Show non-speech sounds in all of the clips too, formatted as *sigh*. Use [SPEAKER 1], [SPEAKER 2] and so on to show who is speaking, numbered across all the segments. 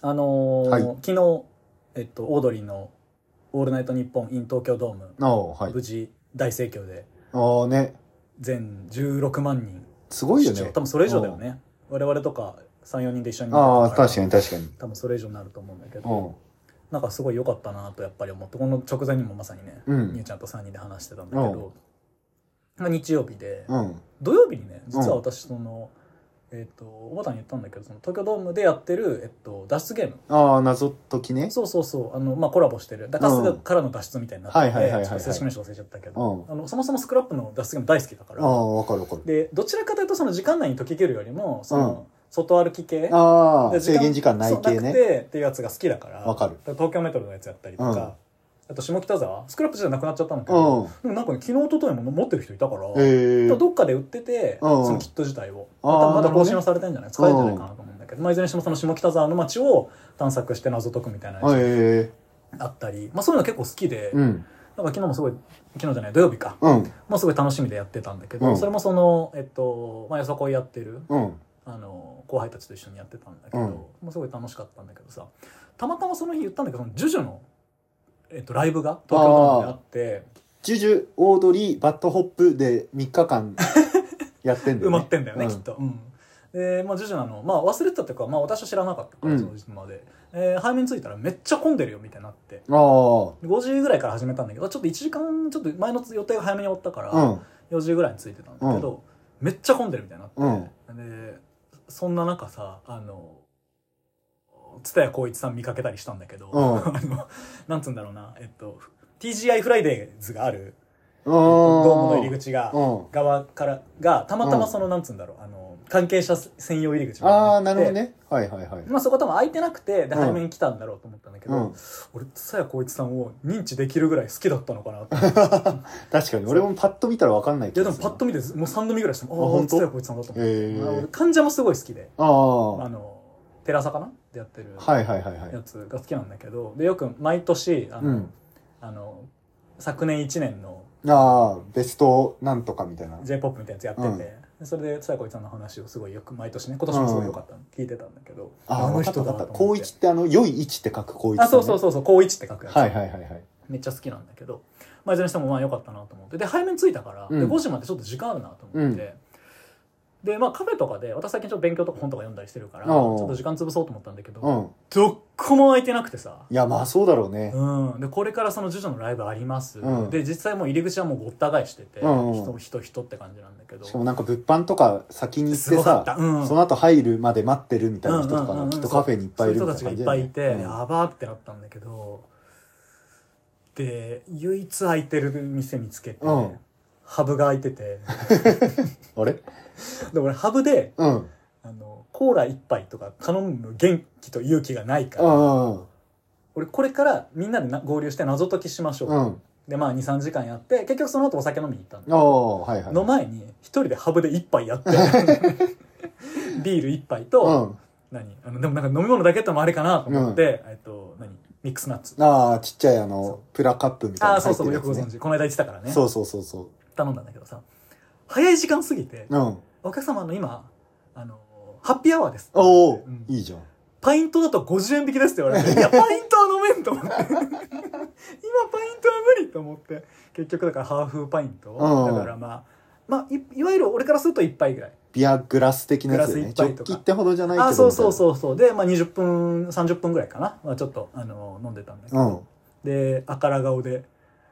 [SPEAKER 1] あのー
[SPEAKER 2] はい
[SPEAKER 1] 昨日、えっと、オードリーの「オールナイトニッポン in 東京ドーム
[SPEAKER 2] ああ、」はい。
[SPEAKER 1] 無事大盛況で
[SPEAKER 2] ああね。
[SPEAKER 1] 全16万人
[SPEAKER 2] すごいよ
[SPEAKER 1] 視
[SPEAKER 2] ね
[SPEAKER 1] 聴。多分それ以上だよね我々とか34人で一緒に
[SPEAKER 2] う
[SPEAKER 1] 見
[SPEAKER 2] ん。
[SPEAKER 1] てた
[SPEAKER 2] ああ、
[SPEAKER 1] から
[SPEAKER 2] 確かに確かに。
[SPEAKER 1] 多分それ以上になると思うんだけ
[SPEAKER 2] う
[SPEAKER 1] ど
[SPEAKER 2] ん。
[SPEAKER 1] なんかすごい良かったなとやっぱり思ってこの直前にもまさにね
[SPEAKER 2] う
[SPEAKER 1] みゆ
[SPEAKER 2] ん。
[SPEAKER 1] ちゃんと3人で話してたんだけどまあ日曜日で
[SPEAKER 2] うん。
[SPEAKER 1] 土曜日にね実は私そのえっとおばたに言ったんだけどその東京ドームでやってるえっと脱出ゲーム
[SPEAKER 2] ああ、謎解きね。
[SPEAKER 1] そうそうそうあの、まあ、コラボしてるだか
[SPEAKER 2] うん
[SPEAKER 1] らからの脱出みたいになって
[SPEAKER 2] はいはいはいはいは
[SPEAKER 1] てちょっ
[SPEAKER 2] い
[SPEAKER 1] と正式名称忘れちゃったけど、
[SPEAKER 2] う
[SPEAKER 1] あのそもそもスクラップの脱出ゲーム大好きだか
[SPEAKER 2] あ
[SPEAKER 1] ら
[SPEAKER 2] あ、わかるわかる。
[SPEAKER 1] でどちらかというとその時間内に解き切るよりもその、外歩き系
[SPEAKER 2] ああ、
[SPEAKER 1] で
[SPEAKER 2] 制限時間ない
[SPEAKER 1] そう
[SPEAKER 2] 系
[SPEAKER 1] なく
[SPEAKER 2] ね。
[SPEAKER 1] てっていうやつが好きだから
[SPEAKER 2] わかる
[SPEAKER 1] 東京メトロのやつやったりと
[SPEAKER 2] うん
[SPEAKER 1] か、あと下北沢スクラップじゃなくなっちゃったんだけ
[SPEAKER 2] う
[SPEAKER 1] ど、
[SPEAKER 2] ん。
[SPEAKER 1] でもなんか、ね、昨日一昨日も持ってる人いたから、
[SPEAKER 2] ええ。
[SPEAKER 1] どっかで売ってて、
[SPEAKER 2] うん
[SPEAKER 1] そのキット自体を
[SPEAKER 2] あー
[SPEAKER 1] またま
[SPEAKER 2] な
[SPEAKER 1] だ
[SPEAKER 2] るほどね
[SPEAKER 1] 更新はされてんじゃない使えるんじゃないかなと思うんだけど、まあ、いずれにしてもその下北沢の街を探索して謎解くみたいなやつ
[SPEAKER 2] ええ。
[SPEAKER 1] あったり、まあ、そういうの結構好きで、
[SPEAKER 2] うん。
[SPEAKER 1] なんか昨日もすごい昨日じゃない土曜日か
[SPEAKER 2] うん。
[SPEAKER 1] もうすごい楽しみでやってたんだけど、
[SPEAKER 2] うん
[SPEAKER 1] それもその、えっとまあ、よさこいやってる
[SPEAKER 2] うん。
[SPEAKER 1] あの後輩たちと一緒にやってたんだけど、
[SPEAKER 2] うん
[SPEAKER 1] もうすごい楽しかったんだけどさたまたまその日言ったんだけどそのジュジュの、えっと、ライブが東京ドームであって
[SPEAKER 2] ジュジュ、オードリー、バッドホップで3
[SPEAKER 1] *laughs*
[SPEAKER 2] 日間やってんだ
[SPEAKER 1] 埋
[SPEAKER 2] よね。
[SPEAKER 1] まってんだよね、
[SPEAKER 2] うん
[SPEAKER 1] きっと。うんでまあ、ジュジュなの、まあ、忘れてたっていうか、まあ、私は知らなかったから
[SPEAKER 2] うん
[SPEAKER 1] その時まで、えー早めに着いたらめっちゃ混んでるよみたいになって
[SPEAKER 2] あ
[SPEAKER 1] 5時ぐらいから始めたんだけどちょっと1時間ちょっと前の予定が早めに終わったから、
[SPEAKER 2] あ。うん。
[SPEAKER 1] 4時ぐらいに着いてたんだけど、めっちゃ混んでるみたいになって、でそんな中さあの蔦谷光一さん見かけたりしたんだけど、
[SPEAKER 2] うん
[SPEAKER 1] *laughs* あのなんつうんだろうなえっと TGI フライデーズがある、
[SPEAKER 2] う
[SPEAKER 1] えっと
[SPEAKER 2] ん。
[SPEAKER 1] ドームの入り口が、
[SPEAKER 2] うん。
[SPEAKER 1] 側からがたまたま
[SPEAKER 2] うん
[SPEAKER 1] その、なんつうんだろうあの関係者専用入り口みたい
[SPEAKER 2] ああ、
[SPEAKER 1] に
[SPEAKER 2] な
[SPEAKER 1] っ
[SPEAKER 2] るほ
[SPEAKER 1] て
[SPEAKER 2] どね。はいはいはい。
[SPEAKER 1] まあそこ多分空いてなくてで
[SPEAKER 2] うん
[SPEAKER 1] 早めに来たんだろうと思ったんだけど、
[SPEAKER 2] うん
[SPEAKER 1] 俺蔦谷光一さんを認知できるぐらい好きだったのかなって
[SPEAKER 2] 確かに俺もパッと見たら分かんない
[SPEAKER 1] い
[SPEAKER 2] け
[SPEAKER 1] や
[SPEAKER 2] ど
[SPEAKER 1] でもパッと見てもう3度見ぐらいして
[SPEAKER 2] あ
[SPEAKER 1] もああ
[SPEAKER 2] 本
[SPEAKER 1] 蔦
[SPEAKER 2] 当
[SPEAKER 1] 谷光一さんだと思って、
[SPEAKER 2] ええ
[SPEAKER 1] 俺患者もすごい好きで
[SPEAKER 2] ああ
[SPEAKER 1] あ
[SPEAKER 2] はい
[SPEAKER 1] のテラサかなでやってる
[SPEAKER 2] はいはいはい
[SPEAKER 1] やつが好きなんだけどでよく毎年あの、
[SPEAKER 2] うん
[SPEAKER 1] あの昨年1年の
[SPEAKER 2] ああベストなんとかみたいな
[SPEAKER 1] j p o p みたいなやつやってて、
[SPEAKER 2] うん
[SPEAKER 1] でそれで蔦谷光一さんの話をすごいよく毎年ね今年もすごいよかったの、聞いてたんだけど
[SPEAKER 2] ああの人だ
[SPEAKER 1] だ
[SPEAKER 2] っ
[SPEAKER 1] な
[SPEAKER 2] た
[SPEAKER 1] と思
[SPEAKER 2] 高
[SPEAKER 1] って
[SPEAKER 2] 一ってあの良い位置って書く高一、ね、
[SPEAKER 1] あそうそうそうそう高一って書くやつ、
[SPEAKER 2] はいはいはいはい
[SPEAKER 1] めっちゃ好きなんだけど、まあ、いずれにしてもまあ良かったなと思ってで早めに着いたから、
[SPEAKER 2] うん
[SPEAKER 1] で5時までちょっと時間あるなと思って、でまあカフェとかで私最近ちょっと勉強とか本とか読んだりしてるからち
[SPEAKER 2] おうお
[SPEAKER 1] ょ
[SPEAKER 2] う
[SPEAKER 1] っと時間潰そうと思ったんだけど、
[SPEAKER 2] うん
[SPEAKER 1] どっこも空いてなくてさ
[SPEAKER 2] いやまあそうだろうね
[SPEAKER 1] うん、でこれからその「ジョジョのライブあります、
[SPEAKER 2] うん
[SPEAKER 1] で実際もう入り口はもうごった返してて、
[SPEAKER 2] うんうん
[SPEAKER 1] 人人人って感じなんだけど
[SPEAKER 2] しかもなんか物販とか先に行っ
[SPEAKER 1] す
[SPEAKER 2] て
[SPEAKER 1] ごかった、
[SPEAKER 2] さ、
[SPEAKER 1] うん、
[SPEAKER 2] その後入るまで待ってるみたいな人とか
[SPEAKER 1] うんうんうんうん
[SPEAKER 2] きっとカフェにいっぱいいる
[SPEAKER 1] そう
[SPEAKER 2] み
[SPEAKER 1] いう人
[SPEAKER 2] た
[SPEAKER 1] た
[SPEAKER 2] い
[SPEAKER 1] ち
[SPEAKER 2] な
[SPEAKER 1] がいっ
[SPEAKER 2] 感じだ
[SPEAKER 1] ぱ
[SPEAKER 2] よ
[SPEAKER 1] い
[SPEAKER 2] ね
[SPEAKER 1] いて、やばーってなったんだけどで唯一空いてる店見つけて、
[SPEAKER 2] うん
[SPEAKER 1] ハブが空いてて
[SPEAKER 2] うん、あれ
[SPEAKER 1] で俺ハブで
[SPEAKER 2] うん
[SPEAKER 1] あのコーラ一杯とか頼む元気と勇気がないか
[SPEAKER 2] う
[SPEAKER 1] ら、
[SPEAKER 2] んうん
[SPEAKER 1] 俺これからみんなでな合流して謎解きしましょう、
[SPEAKER 2] うん
[SPEAKER 1] でまあ23時間やって結局その後お酒飲みに行ったんだ
[SPEAKER 2] ああはいはい
[SPEAKER 1] の前に一人でハブで一杯や
[SPEAKER 2] *laughs*
[SPEAKER 1] ってビール一杯
[SPEAKER 2] う
[SPEAKER 1] と、
[SPEAKER 2] ん
[SPEAKER 1] 何あのでもなんか飲み物だけやってもあれかなと思って、えっと何ミックスナッツ
[SPEAKER 2] ああちっちゃいあ
[SPEAKER 1] そ
[SPEAKER 2] の
[SPEAKER 1] う
[SPEAKER 2] プラカップみたい
[SPEAKER 1] あ
[SPEAKER 2] な
[SPEAKER 1] あ
[SPEAKER 2] の
[SPEAKER 1] そう
[SPEAKER 2] 入って
[SPEAKER 1] そう
[SPEAKER 2] るや
[SPEAKER 1] よくご存
[SPEAKER 2] つね
[SPEAKER 1] 知この間言ってたからね
[SPEAKER 2] そうそうそうそ
[SPEAKER 1] 頼んだんだけどさ早い時間過ぎて
[SPEAKER 2] ううん
[SPEAKER 1] お客様あの今あのハッピーアワーです
[SPEAKER 2] おお、
[SPEAKER 1] うん
[SPEAKER 2] いいじゃん
[SPEAKER 1] パイントだと50円引きですって言わ
[SPEAKER 2] *laughs*
[SPEAKER 1] れて「いやパイントは飲めん」と思って今パイントは無理と思って結局だからハーフパイント
[SPEAKER 2] うん
[SPEAKER 1] だからまあまあいいわゆる俺からすると1杯ぐらい
[SPEAKER 2] ビアグラス的なやつでね
[SPEAKER 1] グ
[SPEAKER 2] ジ
[SPEAKER 1] ラス
[SPEAKER 2] ョ
[SPEAKER 1] 一杯
[SPEAKER 2] ッ
[SPEAKER 1] とか
[SPEAKER 2] キってほどじゃないけど
[SPEAKER 1] あそうそう
[SPEAKER 2] う
[SPEAKER 1] そうそうで、まあ、20分30分ぐらいかな、まあ、ちょっとあの飲んでたんだけど、
[SPEAKER 2] うん
[SPEAKER 1] であから顔で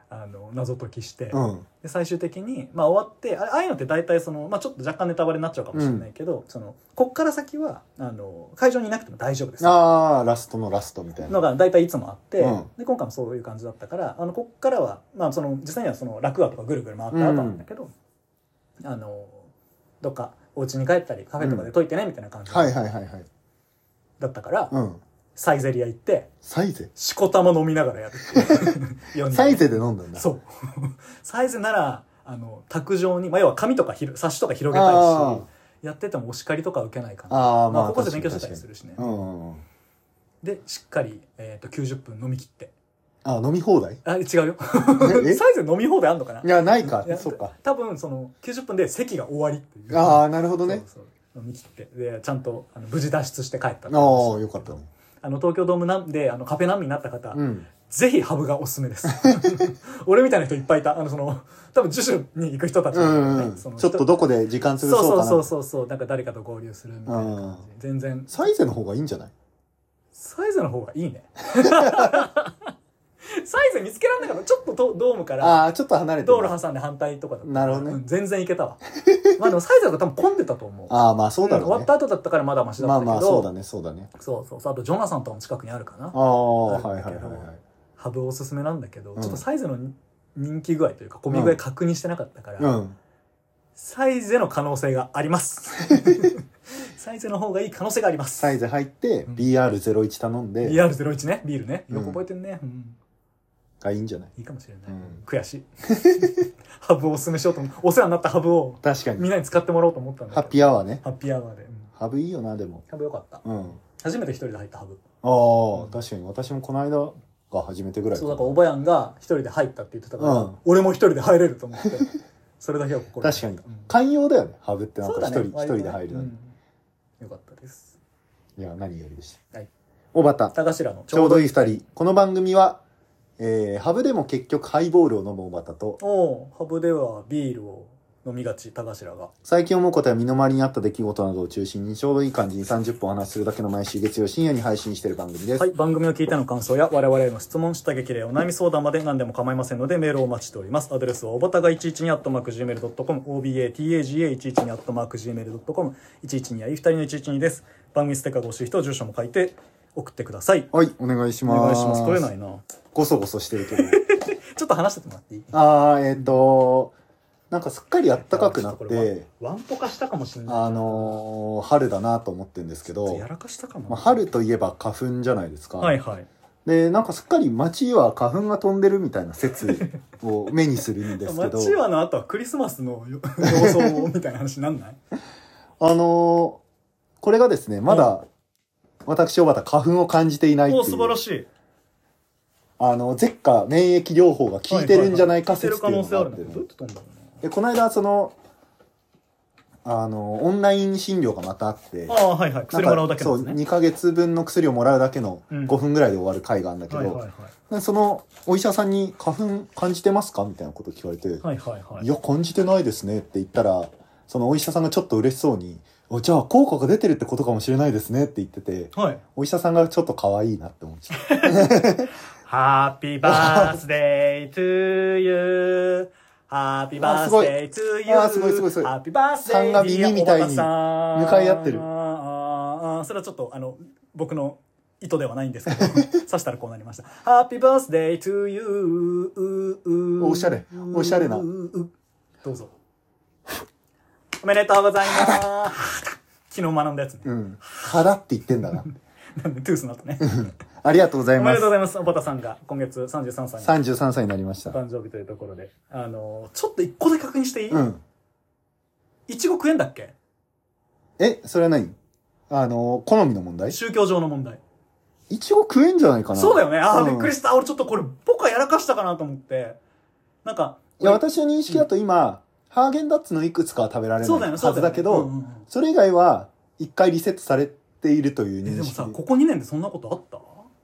[SPEAKER 1] あの謎解きして、
[SPEAKER 2] うん
[SPEAKER 1] で最終的に、まあ、終わってあああいうのって大体その、まあ、ちょっと若干ネタバレになっちゃうかもしれないけど、そのこっから先はあの会場にいなくても大丈夫です
[SPEAKER 2] ああラストのラストみたいな
[SPEAKER 1] のが大体いつもあって、
[SPEAKER 2] うん
[SPEAKER 1] で今回もそういう感じだったからあのこっからは、まあ、その実際にはその楽屋とかぐるぐる回った後なんだけど、あのどっかお家に帰ったりカフェとかで解いてねみたいな感じ
[SPEAKER 2] はいはいはいはい
[SPEAKER 1] だったから、
[SPEAKER 2] うん
[SPEAKER 1] サイゼリア行って
[SPEAKER 2] サイゼ
[SPEAKER 1] しこたま飲みながらやるっていう
[SPEAKER 2] *laughs*
[SPEAKER 1] 四人で
[SPEAKER 2] サイゼで飲んだんだ
[SPEAKER 1] そう *laughs* サイズならあの卓上に、まあ、要は紙とかひろ冊子とか広げたい
[SPEAKER 2] あ
[SPEAKER 1] しやっててもお叱りとか受けないかな
[SPEAKER 2] ああ
[SPEAKER 1] まあ、
[SPEAKER 2] まあ
[SPEAKER 1] ここで勉
[SPEAKER 2] 確
[SPEAKER 1] 強
[SPEAKER 2] か
[SPEAKER 1] して
[SPEAKER 2] に
[SPEAKER 1] たりす
[SPEAKER 2] 確かに
[SPEAKER 1] るしね、
[SPEAKER 2] うんうんうん
[SPEAKER 1] でしっかり、えー、と90分飲み切って
[SPEAKER 2] あ飲み
[SPEAKER 1] *laughs*
[SPEAKER 2] 放題
[SPEAKER 1] あ違うよ
[SPEAKER 2] え
[SPEAKER 1] サイズ飲み放題あんのかない
[SPEAKER 2] やないか
[SPEAKER 1] いや
[SPEAKER 2] そっか
[SPEAKER 1] 多分その90分で席が終わりっていう
[SPEAKER 2] ああなるほどね
[SPEAKER 1] そうそう飲み切ってでちゃんとあの無事脱出して帰ったって話
[SPEAKER 2] ああよかったね
[SPEAKER 1] あの東京ドームなんであのカフェ難民になった方、
[SPEAKER 2] うん
[SPEAKER 1] ぜひハブがおすすめ
[SPEAKER 2] *laughs*
[SPEAKER 1] です。俺みたいな人いっぱいいた。あの、その、多分、樹種に行く人たち
[SPEAKER 2] う
[SPEAKER 1] なんだよ
[SPEAKER 2] ん
[SPEAKER 1] ね、
[SPEAKER 2] うん
[SPEAKER 1] その
[SPEAKER 2] ちょっとどこで時間
[SPEAKER 1] そ
[SPEAKER 2] 潰
[SPEAKER 1] う
[SPEAKER 2] そう
[SPEAKER 1] そ
[SPEAKER 2] か
[SPEAKER 1] うそう
[SPEAKER 2] な
[SPEAKER 1] そうそう。なんか誰かと合流するみたいな感じ。全然、
[SPEAKER 2] サイゼの方がいいんじゃない
[SPEAKER 1] サイズの方がいいね。 *laughs* サイズ見つけられなかった。ちょっととドームから、
[SPEAKER 2] ああーちょっと離れて
[SPEAKER 1] 道
[SPEAKER 2] る
[SPEAKER 1] 路挟んで反対とかだった
[SPEAKER 2] なるほどね
[SPEAKER 1] うん全然行けたわ。 *laughs* まあでもサイズの方が多分混んでたと思う。
[SPEAKER 2] ああまあそうだろ
[SPEAKER 1] ん終
[SPEAKER 2] う
[SPEAKER 1] わ
[SPEAKER 2] ね
[SPEAKER 1] った後だったからまだマシだっ
[SPEAKER 2] ま
[SPEAKER 1] た
[SPEAKER 2] あ
[SPEAKER 1] けど。
[SPEAKER 2] まあそうだねそうだね
[SPEAKER 1] そうそうそう。あと、ジョナサンとかも近くにあるかな
[SPEAKER 2] あ。あはい
[SPEAKER 1] あ
[SPEAKER 2] はい
[SPEAKER 1] るんだけ
[SPEAKER 2] は
[SPEAKER 1] ど
[SPEAKER 2] いはい
[SPEAKER 1] ハブおすすめなんだけど、
[SPEAKER 2] うん
[SPEAKER 1] ちょっとサイズの人気具合というか、混み具合確認してなかったから、
[SPEAKER 2] うん
[SPEAKER 1] サイズの可能性があり
[SPEAKER 2] *laughs*
[SPEAKER 1] ます。サイズの方がいい可能性があります。
[SPEAKER 2] サイズ入って
[SPEAKER 1] うん
[SPEAKER 2] BR01 頼んで
[SPEAKER 1] BR01 ね、ビールね。よく覚えてんね。うん
[SPEAKER 2] がいいんじゃない
[SPEAKER 1] いいかもしれない。
[SPEAKER 2] うん
[SPEAKER 1] 悔しい。 *laughs* ハブをおすすめしようと思って、お世話になったハブを
[SPEAKER 2] 確か
[SPEAKER 1] み
[SPEAKER 2] に
[SPEAKER 1] んなに使ってもらおうと思ったんだけど。
[SPEAKER 2] ハッピーアワーね
[SPEAKER 1] ハッピーアワーで。うん
[SPEAKER 2] ハブいいよなでも
[SPEAKER 1] ハブよかった。
[SPEAKER 2] うん
[SPEAKER 1] 初めて一人で入ったハブ。
[SPEAKER 2] あ
[SPEAKER 1] うん
[SPEAKER 2] あ確かに私もこの間が初めてぐらい
[SPEAKER 1] そう、だからおばやんが一人で入ったって言ってたから、
[SPEAKER 2] うん
[SPEAKER 1] 俺も一人で入れると思って、 *laughs* それだけは心
[SPEAKER 2] 確かに
[SPEAKER 1] 残ったうん
[SPEAKER 2] 寛容だよねハブってなん
[SPEAKER 1] そう
[SPEAKER 2] か
[SPEAKER 1] だ
[SPEAKER 2] 一
[SPEAKER 1] ね
[SPEAKER 2] 人一人で入るのに
[SPEAKER 1] うんよかったです
[SPEAKER 2] いや何よりでした
[SPEAKER 1] はい
[SPEAKER 2] 小畑
[SPEAKER 1] 田頭の
[SPEAKER 2] ちょうどいい
[SPEAKER 1] い
[SPEAKER 2] 二人。この番組は、えーハブでも結局ハイボールを飲むおばたと、
[SPEAKER 1] おうハブではビールを飲みがち田頭が
[SPEAKER 2] 最近思うことや身の回りにあった出来事などを中心に、ちょうどいい感じに30分お話しするだけの毎週月曜深夜に配信している番組です。
[SPEAKER 1] はい番組を聞いての感想や我々への質問下激励お悩み相談まで何でも構いませんのでメールをお待ちしておりますアドレスはおばたが112アットマーク Gmail.com obataga112 アットマーク Gmail.com 112やいい二人の112です番組ステッカーが欲しい人は住所も書いて送ってください
[SPEAKER 2] はい、お願いし
[SPEAKER 1] お願
[SPEAKER 2] ます。
[SPEAKER 1] いします取れないな
[SPEAKER 2] ごそごそしてるけど。
[SPEAKER 1] ちょっと話しててもらっていい
[SPEAKER 2] *laughs* あー、えっ、となんかすっかり暖かくなっ
[SPEAKER 1] ちょとこれ
[SPEAKER 2] て、
[SPEAKER 1] ワンワンポカしたかもしれない
[SPEAKER 2] あのー春だなと思ってるんですけ
[SPEAKER 1] ちょっと
[SPEAKER 2] ど
[SPEAKER 1] や、らかしたかも、
[SPEAKER 2] まあ、春といえば花粉じゃないですか。
[SPEAKER 1] はいはい
[SPEAKER 2] で、なんかすっかり街は花粉が飛んでるみたいな説を目にするんです
[SPEAKER 1] *laughs*
[SPEAKER 2] けど。
[SPEAKER 1] マチュアの後はクリスマスのよ *laughs* 様相をみたいな話なんない
[SPEAKER 2] あのーこれがですね、まだ、私、小畑、花粉を感じていないって
[SPEAKER 1] も
[SPEAKER 2] いうう。
[SPEAKER 1] 素晴らしい
[SPEAKER 2] あの、舌下免疫療法が効いてるんじゃないか
[SPEAKER 1] はい
[SPEAKER 2] 説
[SPEAKER 1] は
[SPEAKER 2] っ
[SPEAKER 1] い
[SPEAKER 2] て
[SPEAKER 1] は
[SPEAKER 2] いう
[SPEAKER 1] い
[SPEAKER 2] のがあっ
[SPEAKER 1] 聞いて
[SPEAKER 2] てね
[SPEAKER 1] る可能性あるねどうやって飛んだろ
[SPEAKER 2] で、この間、その、あの、オンライン診療がまたあって、
[SPEAKER 1] うなああはいはい薬もらうだけなんです
[SPEAKER 2] なんかそう、
[SPEAKER 1] ね
[SPEAKER 2] 2ヶ月分の薬をもらうだけの
[SPEAKER 1] うん
[SPEAKER 2] 5分ぐらいで終わる回があるんだけど、
[SPEAKER 1] はいはいはい
[SPEAKER 2] でその、お医者さんに花粉感じてますかみたいなこと聞かれて、
[SPEAKER 1] はいはいはい
[SPEAKER 2] いや、感じてないですねって言ったら、そのお医者さんがちょっと嬉しそうに、おじゃあ効果が出てるってことかもしれないですねって言ってて、
[SPEAKER 1] はい
[SPEAKER 2] お医者さんがちょっと可愛いなって思っちゃった。
[SPEAKER 1] ハッピ
[SPEAKER 2] *laughs*
[SPEAKER 1] ーバースデートゥーユーハッピーバースデートゥーユー
[SPEAKER 2] あすごいあすごいすごいすごい
[SPEAKER 1] ハッピーバースデー
[SPEAKER 2] 三が耳みたいに
[SPEAKER 1] 向
[SPEAKER 2] 向かい合ってる
[SPEAKER 1] ああそれはちょっとあの僕の意図ではないんですけど *laughs* 刺したらこうなりましたハッピーバースデートゥーユー
[SPEAKER 2] おしゃれおしゃれな
[SPEAKER 1] どうぞおめでとうございます
[SPEAKER 2] *laughs*
[SPEAKER 1] 昨日学んだやつね、
[SPEAKER 2] うん。 *laughs* 肌って言ってんだな。
[SPEAKER 1] なんでトゥースの後ね
[SPEAKER 2] ありがとうござい
[SPEAKER 1] おめ
[SPEAKER 2] ま
[SPEAKER 1] ですとうご。ざいますおばたさんが今月33歳に
[SPEAKER 2] 33歳になりまし
[SPEAKER 1] お
[SPEAKER 2] た。
[SPEAKER 1] 誕生日というところで。あの、ちょっと一個で確認していい、
[SPEAKER 2] うん。
[SPEAKER 1] いちご食えんだっけ
[SPEAKER 2] え、それは何あの、好みの問題
[SPEAKER 1] 宗教上の問題。
[SPEAKER 2] いちご食えんじゃないかな
[SPEAKER 1] そうだよね。ああ、
[SPEAKER 2] うん
[SPEAKER 1] びっくりした。俺ちょっとこれ、僕はやらかしたかなと思って。なんか、
[SPEAKER 2] いや、私の認識だと今、ハーゲンダッツのいくつかは食べられない
[SPEAKER 1] そうだよ
[SPEAKER 2] は
[SPEAKER 1] ね。
[SPEAKER 2] ずだけど、
[SPEAKER 1] そう
[SPEAKER 2] そ
[SPEAKER 1] よねうんうん
[SPEAKER 2] れ以外は一回リセットされているという
[SPEAKER 1] うんえ、で
[SPEAKER 2] 認
[SPEAKER 1] も
[SPEAKER 2] 識
[SPEAKER 1] さ、。ここ2年でそんなことあった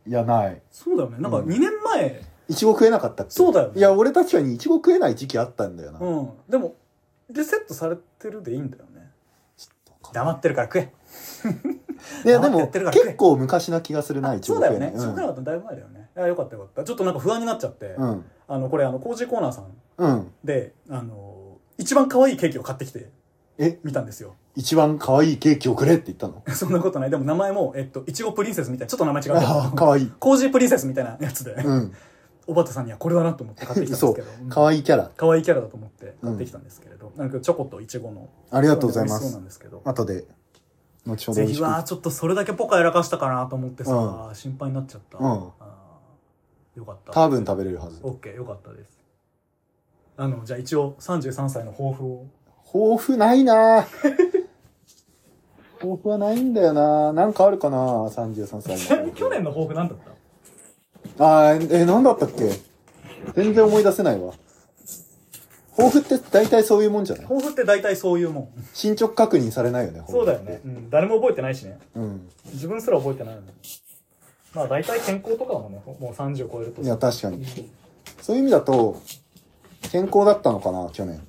[SPEAKER 2] いや、ない。
[SPEAKER 1] そうだよね。なんか
[SPEAKER 2] うん
[SPEAKER 1] 2年前、
[SPEAKER 2] いちご食えなかったっけ
[SPEAKER 1] そうだよね
[SPEAKER 2] いや俺確かにいちご食えない時期あったんだよな、
[SPEAKER 1] う
[SPEAKER 2] ちょっ
[SPEAKER 1] ん、でも、リセットされてるでいいんだよね。
[SPEAKER 2] とか
[SPEAKER 1] 黙ってるから食え。
[SPEAKER 2] いやで
[SPEAKER 1] 黙
[SPEAKER 2] も
[SPEAKER 1] ってやってるから食え
[SPEAKER 2] 結構昔な気がするな
[SPEAKER 1] あ
[SPEAKER 2] いち
[SPEAKER 1] そ
[SPEAKER 2] ご
[SPEAKER 1] うだ
[SPEAKER 2] 食
[SPEAKER 1] よ
[SPEAKER 2] えない
[SPEAKER 1] ね。そうだよね。だいぶ前だよね。あよかったよかった。ちょっとなんか不安になっちゃって。
[SPEAKER 2] うんうん
[SPEAKER 1] あの、これ、あの、コージーコーナーさん
[SPEAKER 2] うん
[SPEAKER 1] で、あの、一番可愛いケーキを買ってきて、
[SPEAKER 2] え
[SPEAKER 1] 見たんですよ。 *laughs*
[SPEAKER 2] 一番可愛いケーキをくれって言ったの
[SPEAKER 1] そんなことない。でも名前も、えっと、いちごプリンセスみたいな、ちょっと名前違うけ
[SPEAKER 2] ああ
[SPEAKER 1] ど、
[SPEAKER 2] 可愛い
[SPEAKER 1] コージープリンセスみたいなやつで、
[SPEAKER 2] うん
[SPEAKER 1] おばたさんにはこれだなと思って買ってきたんですけど、うん
[SPEAKER 2] 可愛いキャラ
[SPEAKER 1] 可愛いキャラだと思って買ってきたんですけれど、なんかチョコといちごの。
[SPEAKER 2] ありがとうございま
[SPEAKER 1] そうな
[SPEAKER 2] す
[SPEAKER 1] んですけど。
[SPEAKER 2] 後で後ほど
[SPEAKER 1] ぜ
[SPEAKER 2] 美味
[SPEAKER 1] ひ
[SPEAKER 2] しく
[SPEAKER 1] は、ちょっとそれだけポカやらかしたかなと思ってさ、心配になっちゃった。
[SPEAKER 2] うん
[SPEAKER 1] あーよかった。
[SPEAKER 2] 多分食べれるはず
[SPEAKER 1] オッケー、よかったです。あの、じゃあ一応33歳の抱負を。
[SPEAKER 2] 豊富ない
[SPEAKER 1] *laughs*
[SPEAKER 2] な豊富はないんだよななんかあるかな33歳
[SPEAKER 1] ちなみに去年の抱負何だった
[SPEAKER 2] あーえ、なんだったっけ全然思い出せないわ。抱負って大体そういうもんじゃない
[SPEAKER 1] 抱負って大体そういうもん。
[SPEAKER 2] 進捗確認されないよね、
[SPEAKER 1] そうだよ
[SPEAKER 2] 抱負っ
[SPEAKER 1] ね
[SPEAKER 2] て。。
[SPEAKER 1] うん。誰も覚えてないしね。
[SPEAKER 2] うん。
[SPEAKER 1] 自分すら覚えてないのにまあ大体健康とかもね、もう30を超えると
[SPEAKER 2] いや、確かに。そういう意味だと、健康だったのかな、去年。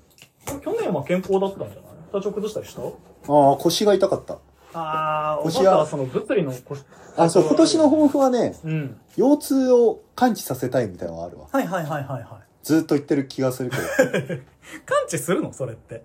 [SPEAKER 1] 去年は健康だったんじゃない体調崩したりした
[SPEAKER 2] ああ、腰が痛かった。
[SPEAKER 1] ああ、お
[SPEAKER 2] 腰
[SPEAKER 1] ば
[SPEAKER 2] は
[SPEAKER 1] たはその物理の腰。
[SPEAKER 2] あ、そう、今年の抱負はね、
[SPEAKER 1] うん。
[SPEAKER 2] 腰痛を完治させたいみたいなのはあるわ。
[SPEAKER 1] はいはいはいはいは
[SPEAKER 2] ずーっと言ってる気がするけど。
[SPEAKER 1] い。感知するのそれって。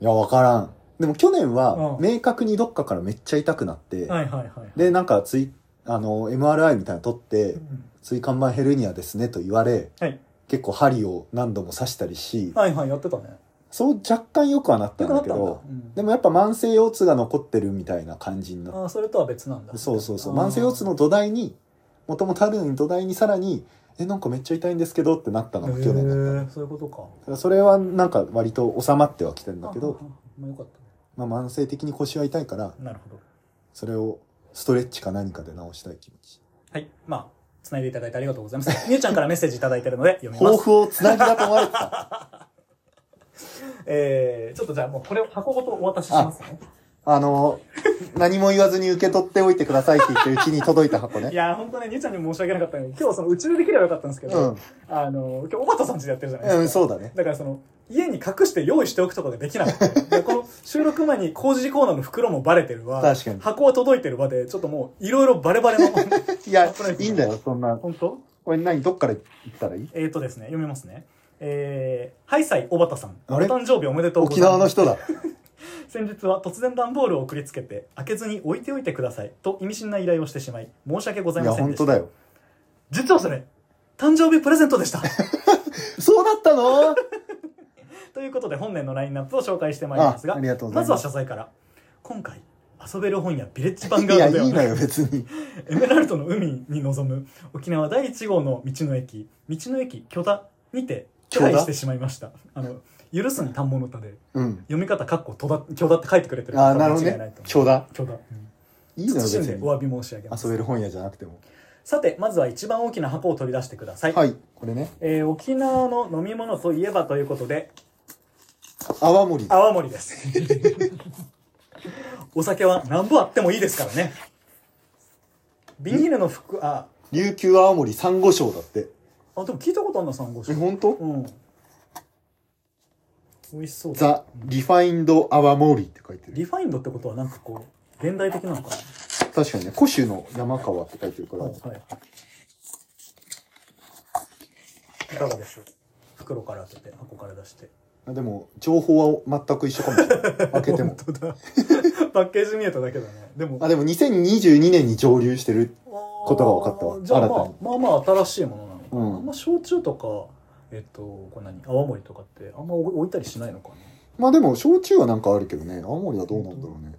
[SPEAKER 2] いや、わからん。でも去年は、
[SPEAKER 1] うん
[SPEAKER 2] 明確にどっかからめっちゃ痛くなって、
[SPEAKER 1] はいはいはい。
[SPEAKER 2] で、なんか、つい、あの、MRI みたいなの取って
[SPEAKER 1] う、ん
[SPEAKER 2] 椎間板ヘルニアですねと言われ、
[SPEAKER 1] はい。
[SPEAKER 2] 結構針を何度も刺したりし、
[SPEAKER 1] はいはい、やってたね。
[SPEAKER 2] そう若干良くはなった
[SPEAKER 1] よく
[SPEAKER 2] ん
[SPEAKER 1] な
[SPEAKER 2] だ
[SPEAKER 1] っ
[SPEAKER 2] け
[SPEAKER 1] たんだ
[SPEAKER 2] ど。、
[SPEAKER 1] うん
[SPEAKER 2] でもやっぱ慢性腰痛が残ってるみたいな感じになっ
[SPEAKER 1] ああ、それとは別なんだ。
[SPEAKER 2] そうそうそう。
[SPEAKER 1] あー
[SPEAKER 2] 慢性腰痛の土台に、もともとあるのに土台にさらに、え、なんかめっちゃ痛いんですけどってなったのが去年だった。だ
[SPEAKER 1] へえそういうことか。
[SPEAKER 2] からそれはなんか割と収まってはきてんだけ
[SPEAKER 1] あ
[SPEAKER 2] ど
[SPEAKER 1] あ、まあよかったね。
[SPEAKER 2] まあ慢性的に腰は痛いから、
[SPEAKER 1] なるほど。
[SPEAKER 2] それをストレッチか何かで直したい気持ち。
[SPEAKER 1] はい。まあ、つないでいただいてありがとうございます。 *laughs* みゆちゃんからメッセージいただいてるので読みま
[SPEAKER 2] *laughs* 抱
[SPEAKER 1] す。
[SPEAKER 2] 負をつなぎだと思われてた。
[SPEAKER 1] えー、ちょっとじゃあもうこれを箱ごとお渡ししますね。
[SPEAKER 2] *laughs* あの、何も言わずに受け取っておいてくださいって言ってうちに届いた箱
[SPEAKER 1] い
[SPEAKER 2] ね。
[SPEAKER 1] やー、ほんとね、みゆちゃんにも申し訳なかったのに、今日そのうちでできればよかったんですけ
[SPEAKER 2] う
[SPEAKER 1] ど、
[SPEAKER 2] ん。
[SPEAKER 1] あの、今日、おばたさんちでやってるじゃないですか。
[SPEAKER 2] うん、そうだね。
[SPEAKER 1] だからその、家に隠して用意しておくとかができなく
[SPEAKER 2] *laughs*
[SPEAKER 1] て、でこの収録前に工事コーナーの袋もバレてるわ、
[SPEAKER 2] 確かに
[SPEAKER 1] 箱は届いてるわで、ちょっとも *laughs* ういろいろバレバレの。
[SPEAKER 2] *laughs* いや、
[SPEAKER 1] あこれ
[SPEAKER 2] いいんだよ、そんな。
[SPEAKER 1] 本当
[SPEAKER 2] これ何、どっから行ったらいい
[SPEAKER 1] えっ、ー、とですね、読みますね。えー、ハイサイおばたさん。お
[SPEAKER 2] あれ
[SPEAKER 1] 誕生日おめでとうござ
[SPEAKER 2] 沖
[SPEAKER 1] います。
[SPEAKER 2] 縄の人だ。
[SPEAKER 1] 先日は突然段ボールを送りつけて開けずに置いておいてくださいと意味深な依頼をしてしまい申し訳ござい
[SPEAKER 2] いや、
[SPEAKER 1] ません
[SPEAKER 2] 本
[SPEAKER 1] でした
[SPEAKER 2] 当だよ。
[SPEAKER 1] 実はそれ誕生日プレゼントでした *laughs*
[SPEAKER 2] そうだったの
[SPEAKER 1] ということで本年のラインナップを紹介してまいりますが
[SPEAKER 2] あありがとうござい
[SPEAKER 1] ま
[SPEAKER 2] ます
[SPEAKER 1] ずは謝罪から今回遊べる本やビレッジヴァンガ
[SPEAKER 2] いや、
[SPEAKER 1] ード
[SPEAKER 2] い
[SPEAKER 1] ではいな
[SPEAKER 2] の
[SPEAKER 1] い
[SPEAKER 2] よ、別に。
[SPEAKER 1] エメラルドの海に臨む沖縄第1号の道の駅道の駅巨田にて手配
[SPEAKER 2] 許田
[SPEAKER 1] してしまいましたあの許すに単物歌で
[SPEAKER 2] うん。
[SPEAKER 1] 読み方かっこ巨田巨田って書いてくれてる
[SPEAKER 2] あ
[SPEAKER 1] か
[SPEAKER 2] あ、な
[SPEAKER 1] ら
[SPEAKER 2] るほ
[SPEAKER 1] 間
[SPEAKER 2] ど
[SPEAKER 1] 違いない
[SPEAKER 2] ね
[SPEAKER 1] と。思う
[SPEAKER 2] ちょうだ。
[SPEAKER 1] 巨田、うん
[SPEAKER 2] いいのよ、別
[SPEAKER 1] 謹んで
[SPEAKER 2] に。
[SPEAKER 1] お詫び申し上げます
[SPEAKER 2] 遊べる本屋じゃなくても。
[SPEAKER 1] さて、まずは一番大きな箱を取り出してください。
[SPEAKER 2] はい、これね。
[SPEAKER 1] えー沖縄の飲み物といえばということで、
[SPEAKER 2] 泡盛。
[SPEAKER 1] 泡盛です。 *laughs* お酒は何ぼあってもいいですからね。ビニールの服、あ、
[SPEAKER 2] 琉球泡盛サンゴ礁だって。
[SPEAKER 1] あ、でも聞いたことあるな、サンゴ
[SPEAKER 2] え、
[SPEAKER 1] 礁。
[SPEAKER 2] ほんと
[SPEAKER 1] うん。美味しそうだ。
[SPEAKER 2] ザ・リファインド・アワモーリーって書いてる。
[SPEAKER 1] リファインドってことはなんかこう、現代的なのか
[SPEAKER 2] 確かにね、古州の山川って書いてるか
[SPEAKER 1] な。
[SPEAKER 2] ら
[SPEAKER 1] はい、。はい。いかがでしょう袋から開けて、箱から出して。
[SPEAKER 2] あでも、情報は全く一緒かもしれない。開けて *laughs* も。
[SPEAKER 1] 本当だパッケージ見えただけだねでも
[SPEAKER 2] あ、でも2022年に上流してる。
[SPEAKER 1] こと
[SPEAKER 2] が分かったわ
[SPEAKER 1] じゃあ、ま
[SPEAKER 2] 新
[SPEAKER 1] あ
[SPEAKER 2] たに、
[SPEAKER 1] まあまあ新しいものなのか、
[SPEAKER 2] うん
[SPEAKER 1] あんま焼酎とかえっとこれ何泡盛とかってあんま置いたりしないのかな
[SPEAKER 2] まあでも、焼酎はなんかあるけどね、泡盛はどうなんだろうね。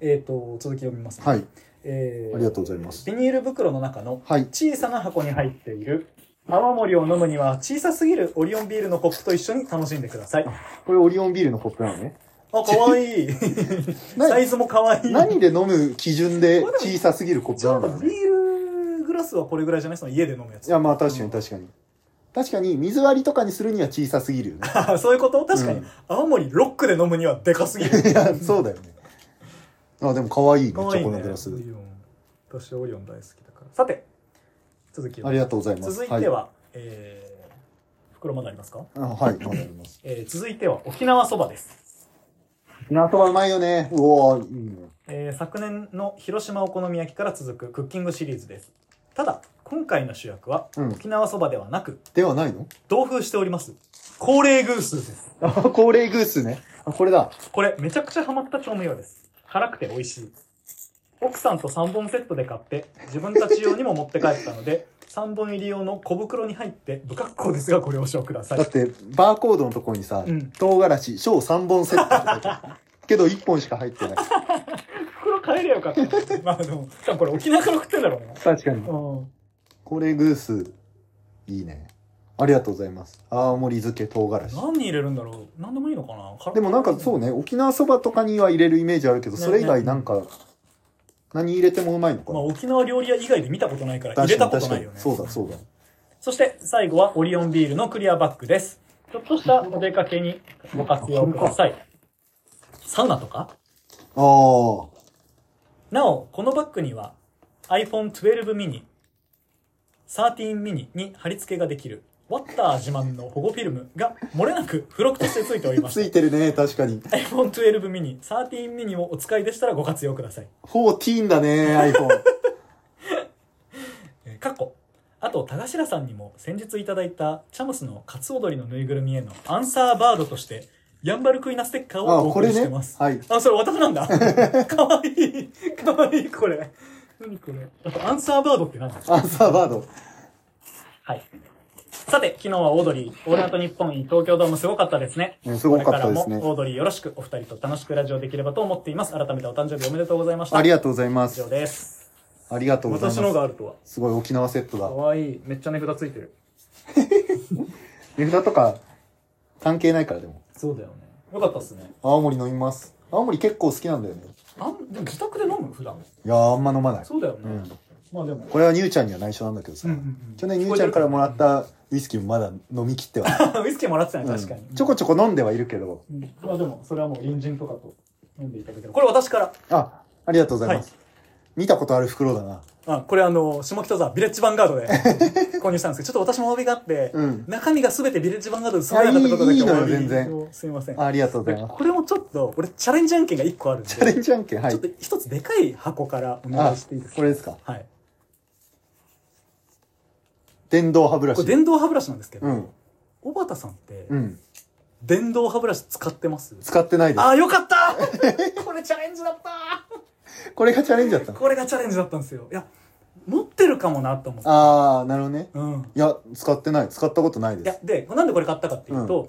[SPEAKER 1] えっと続き読みます、ね
[SPEAKER 2] はい、
[SPEAKER 1] えー
[SPEAKER 2] ありがとうございます。
[SPEAKER 1] ビニール袋の中の
[SPEAKER 2] はい。
[SPEAKER 1] 小さな箱に入っている泡盛を飲むには小さすぎるオリオンビールのコップと一緒に楽しんでくださいあ
[SPEAKER 2] これオリオンビールのコップなのね。
[SPEAKER 1] かわいい
[SPEAKER 2] な
[SPEAKER 1] サイズもかわいい
[SPEAKER 2] 何で飲む基準で小さすぎるコップ
[SPEAKER 1] ちょ
[SPEAKER 2] な
[SPEAKER 1] っ
[SPEAKER 2] ん
[SPEAKER 1] と
[SPEAKER 2] だ
[SPEAKER 1] ビ
[SPEAKER 2] ろうね。
[SPEAKER 1] ールグラスはこれぐらいじゃないその家で飲むやつ
[SPEAKER 2] いや、まあ確かに確かに。確かに、水割りとかにするには小さすぎるよね。
[SPEAKER 1] あそういうこと確かに、
[SPEAKER 2] うん
[SPEAKER 1] 青森ロックで飲むにはでか
[SPEAKER 2] *laughs*
[SPEAKER 1] すぎる
[SPEAKER 2] いや、そうだよね。あ、でも可愛いね、チ
[SPEAKER 1] かわい
[SPEAKER 2] ョ
[SPEAKER 1] い
[SPEAKER 2] コ
[SPEAKER 1] ね
[SPEAKER 2] のグラス。
[SPEAKER 1] オリオン私オリオン大好きだからさて続きを
[SPEAKER 2] ありがとうございます。
[SPEAKER 1] 続いては、
[SPEAKER 2] はい。
[SPEAKER 1] えー、袋まだありますか、
[SPEAKER 2] あはい、まだあります。
[SPEAKER 1] えー、続いては沖縄そばです、
[SPEAKER 2] ナそばうまいよね。うおーいいね。
[SPEAKER 1] えー、昨年の広島お好み焼きから続くクッキングシリーズですただ今回の主役は
[SPEAKER 2] うん
[SPEAKER 1] 沖縄そばではなく
[SPEAKER 2] ではないの
[SPEAKER 1] 同封しております高齢グースです
[SPEAKER 2] あ、高齢グースね。あ、これだ。
[SPEAKER 1] これめちゃくちゃハマった調味料です辛くて美味しい奥さんと3本セットで買って自分たち用にも持って帰ったので3本入り用の小袋に入って不格好ですがご了承くださ
[SPEAKER 2] だっ
[SPEAKER 1] い
[SPEAKER 2] て、バーコードのところにさ、
[SPEAKER 1] うん
[SPEAKER 2] 唐辛子、小3本セットって書いてある。 *laughs* けど1本しか入ってない。
[SPEAKER 1] 袋買えりゃよかったまあでもしかもこれ沖縄から食ってんだろうな
[SPEAKER 2] 確かに。
[SPEAKER 1] うん
[SPEAKER 2] 高齢グース、いいね。ありがとうございます。青森漬け唐辛子。
[SPEAKER 1] 何入れるんだろう何でもいいのかな辛
[SPEAKER 2] でもなんかそうね、沖縄そばとかには入れるイメージあるけど、
[SPEAKER 1] ね
[SPEAKER 2] それ以外なんか、何入れてもうまいのか
[SPEAKER 1] まあ、
[SPEAKER 2] な。
[SPEAKER 1] 沖縄料理屋以外で見たことないから入れ
[SPEAKER 2] 確
[SPEAKER 1] た
[SPEAKER 2] かに
[SPEAKER 1] こと
[SPEAKER 2] 確
[SPEAKER 1] な
[SPEAKER 2] か
[SPEAKER 1] い
[SPEAKER 2] に
[SPEAKER 1] よね
[SPEAKER 2] そうだそうだ。
[SPEAKER 1] そして最後はオリオンビールのクリアバッグです。ちょっとしたお出かけにご活用ください。サウナとか
[SPEAKER 2] ああ。
[SPEAKER 1] なお、このバッグには iPhone 12 mini、 13ミニに貼り付けができる、ワッター自慢の保護フィルムが漏れなく付録として付いておりま
[SPEAKER 2] *laughs* つ
[SPEAKER 1] し
[SPEAKER 2] いてるね、確かに。
[SPEAKER 1] た。iPhone 12ミニ、13ミニをお使いでしたらご活用ください。
[SPEAKER 2] 14だね、iPhone。
[SPEAKER 1] *laughs* えーかっこあと田頭さんにも先日いただいたチャムスのカツオドリのぬいぐるみへのアンサーバードとしてヤンバルクイナステッカー
[SPEAKER 2] あ、
[SPEAKER 1] をお
[SPEAKER 2] こ
[SPEAKER 1] 送り
[SPEAKER 2] れ
[SPEAKER 1] して
[SPEAKER 2] ね
[SPEAKER 1] ます。あ,、
[SPEAKER 2] はい。
[SPEAKER 1] それ私なん
[SPEAKER 2] *laughs*
[SPEAKER 1] だかわいいかわいいこれ何これあとアンサーバードって何
[SPEAKER 2] アンサーバード。
[SPEAKER 1] はいさて昨日はオードリーオールナイトニッポン東京ドームすごかったですね
[SPEAKER 2] うんすごかったですね
[SPEAKER 1] これからもオードリーよろしくお二人と楽しくラジオできればと思っています改めてお誕生日おめでとうございました
[SPEAKER 2] ありがとうございま
[SPEAKER 1] 以
[SPEAKER 2] す
[SPEAKER 1] 上。です
[SPEAKER 2] ありがとうござい
[SPEAKER 1] 私の
[SPEAKER 2] ま
[SPEAKER 1] が
[SPEAKER 2] す。
[SPEAKER 1] あるとは
[SPEAKER 2] すごい沖縄セット
[SPEAKER 1] か
[SPEAKER 2] だ。
[SPEAKER 1] わいいめっちゃ値札ついてる
[SPEAKER 2] 値札とか関係ないからでも。
[SPEAKER 1] そうだよねよかったっすね
[SPEAKER 2] 青森飲みます。青森結構好きなんだよね。
[SPEAKER 1] あんでも自宅で飲む普段
[SPEAKER 2] いやー、あんま飲まない。
[SPEAKER 1] そうだよね、
[SPEAKER 2] うん
[SPEAKER 1] まあでも
[SPEAKER 2] これはニューちゃんには内緒なんだけどさ
[SPEAKER 1] うんうんうん。
[SPEAKER 2] 去年ニューちゃんからもらったウイスキーもまだ飲み切ってはない。
[SPEAKER 1] ウイスキーもらってたね *laughs*
[SPEAKER 2] うん
[SPEAKER 1] 確かに、
[SPEAKER 2] ちょこちょこ飲んではいるけど。
[SPEAKER 1] うんまあでもそれはもう隣人とかと飲んでいただけるこれ私から
[SPEAKER 2] あ、ありがとうございます。見たことある袋だな。
[SPEAKER 1] あこれあの下北沢ビレッジヴァンガード
[SPEAKER 2] *laughs*
[SPEAKER 1] で購入したんですけどちょっと私もお詫びがあって、
[SPEAKER 2] うん
[SPEAKER 1] 中身が全てビレッジヴァンガードで揃えなかったことだけ
[SPEAKER 2] いやいいいい
[SPEAKER 1] お
[SPEAKER 2] のよ
[SPEAKER 1] 詫び
[SPEAKER 2] 全然
[SPEAKER 1] すみません
[SPEAKER 2] あありがとうござい
[SPEAKER 1] で
[SPEAKER 2] ます。
[SPEAKER 1] これもちょっと俺チャレンジ案件が1個あるんで
[SPEAKER 2] チャレンジ案件、は
[SPEAKER 1] ちょ
[SPEAKER 2] い
[SPEAKER 1] っと。一つでかい箱からお願
[SPEAKER 2] あ
[SPEAKER 1] いしていいです、か
[SPEAKER 2] これですか。
[SPEAKER 1] はい
[SPEAKER 2] 電動歯ブラ
[SPEAKER 1] こ
[SPEAKER 2] シ
[SPEAKER 1] れ。電動歯ブラシなんですけど、
[SPEAKER 2] うん。
[SPEAKER 1] 小畑さんって
[SPEAKER 2] うん。
[SPEAKER 1] 電動歯ブラシ使ってます、
[SPEAKER 2] 使ってないで
[SPEAKER 1] あーよかった
[SPEAKER 2] *laughs*
[SPEAKER 1] これチャレンジだった
[SPEAKER 2] す。これがチャレンジだったの。
[SPEAKER 1] これがチャレンジだったんですよいや持ってるかもなと思って
[SPEAKER 2] あー、なるほどね。
[SPEAKER 1] うん
[SPEAKER 2] いや、使ってない。使ったことない
[SPEAKER 1] い
[SPEAKER 2] で
[SPEAKER 1] や
[SPEAKER 2] す。
[SPEAKER 1] でなんでこれ買ったかっていうと、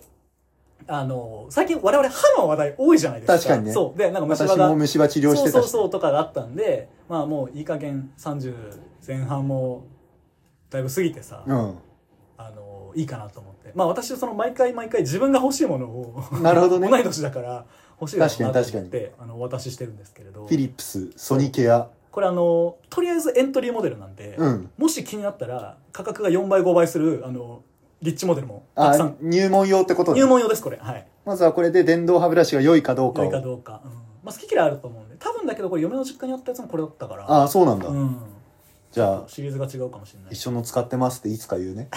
[SPEAKER 1] あの最近我々歯の話題多いじゃないですか
[SPEAKER 2] 確かにね
[SPEAKER 1] そうでなんか虫歯
[SPEAKER 2] 私
[SPEAKER 1] が
[SPEAKER 2] も虫歯治療してた
[SPEAKER 1] そうそう
[SPEAKER 2] し。
[SPEAKER 1] そうとかがあったんでまあもういい加減30前半もだいぶ過ぎてさ、
[SPEAKER 2] うん。
[SPEAKER 1] あのいいかなと思ってまあ私その毎回毎回自分が欲しいものを
[SPEAKER 2] なるほどね
[SPEAKER 1] 同い年だから欲しいなと思ってあのお渡ししてるんですけれど
[SPEAKER 2] フィリップス、ソニケア。
[SPEAKER 1] これあのとりあえずエントリーモデルなんで、
[SPEAKER 2] うん
[SPEAKER 1] もし気になったら価格が4倍5倍するあのリッチモデルもたくさ
[SPEAKER 2] あ
[SPEAKER 1] ん、
[SPEAKER 2] 入門用ってことね
[SPEAKER 1] 入門用ですこれはい
[SPEAKER 2] まずはこれで電動歯ブラシが良いかどうか
[SPEAKER 1] 良いか
[SPEAKER 2] を。
[SPEAKER 1] どうか、うんまあ、好き嫌いあると思うんで多分だけどこれ嫁の実家にあったやつもこれだったから
[SPEAKER 2] ああ、そうなんだ。
[SPEAKER 1] うん
[SPEAKER 2] じゃあ、
[SPEAKER 1] シリーズが違うかもしれない
[SPEAKER 2] 一緒の使ってますっていつか言うね。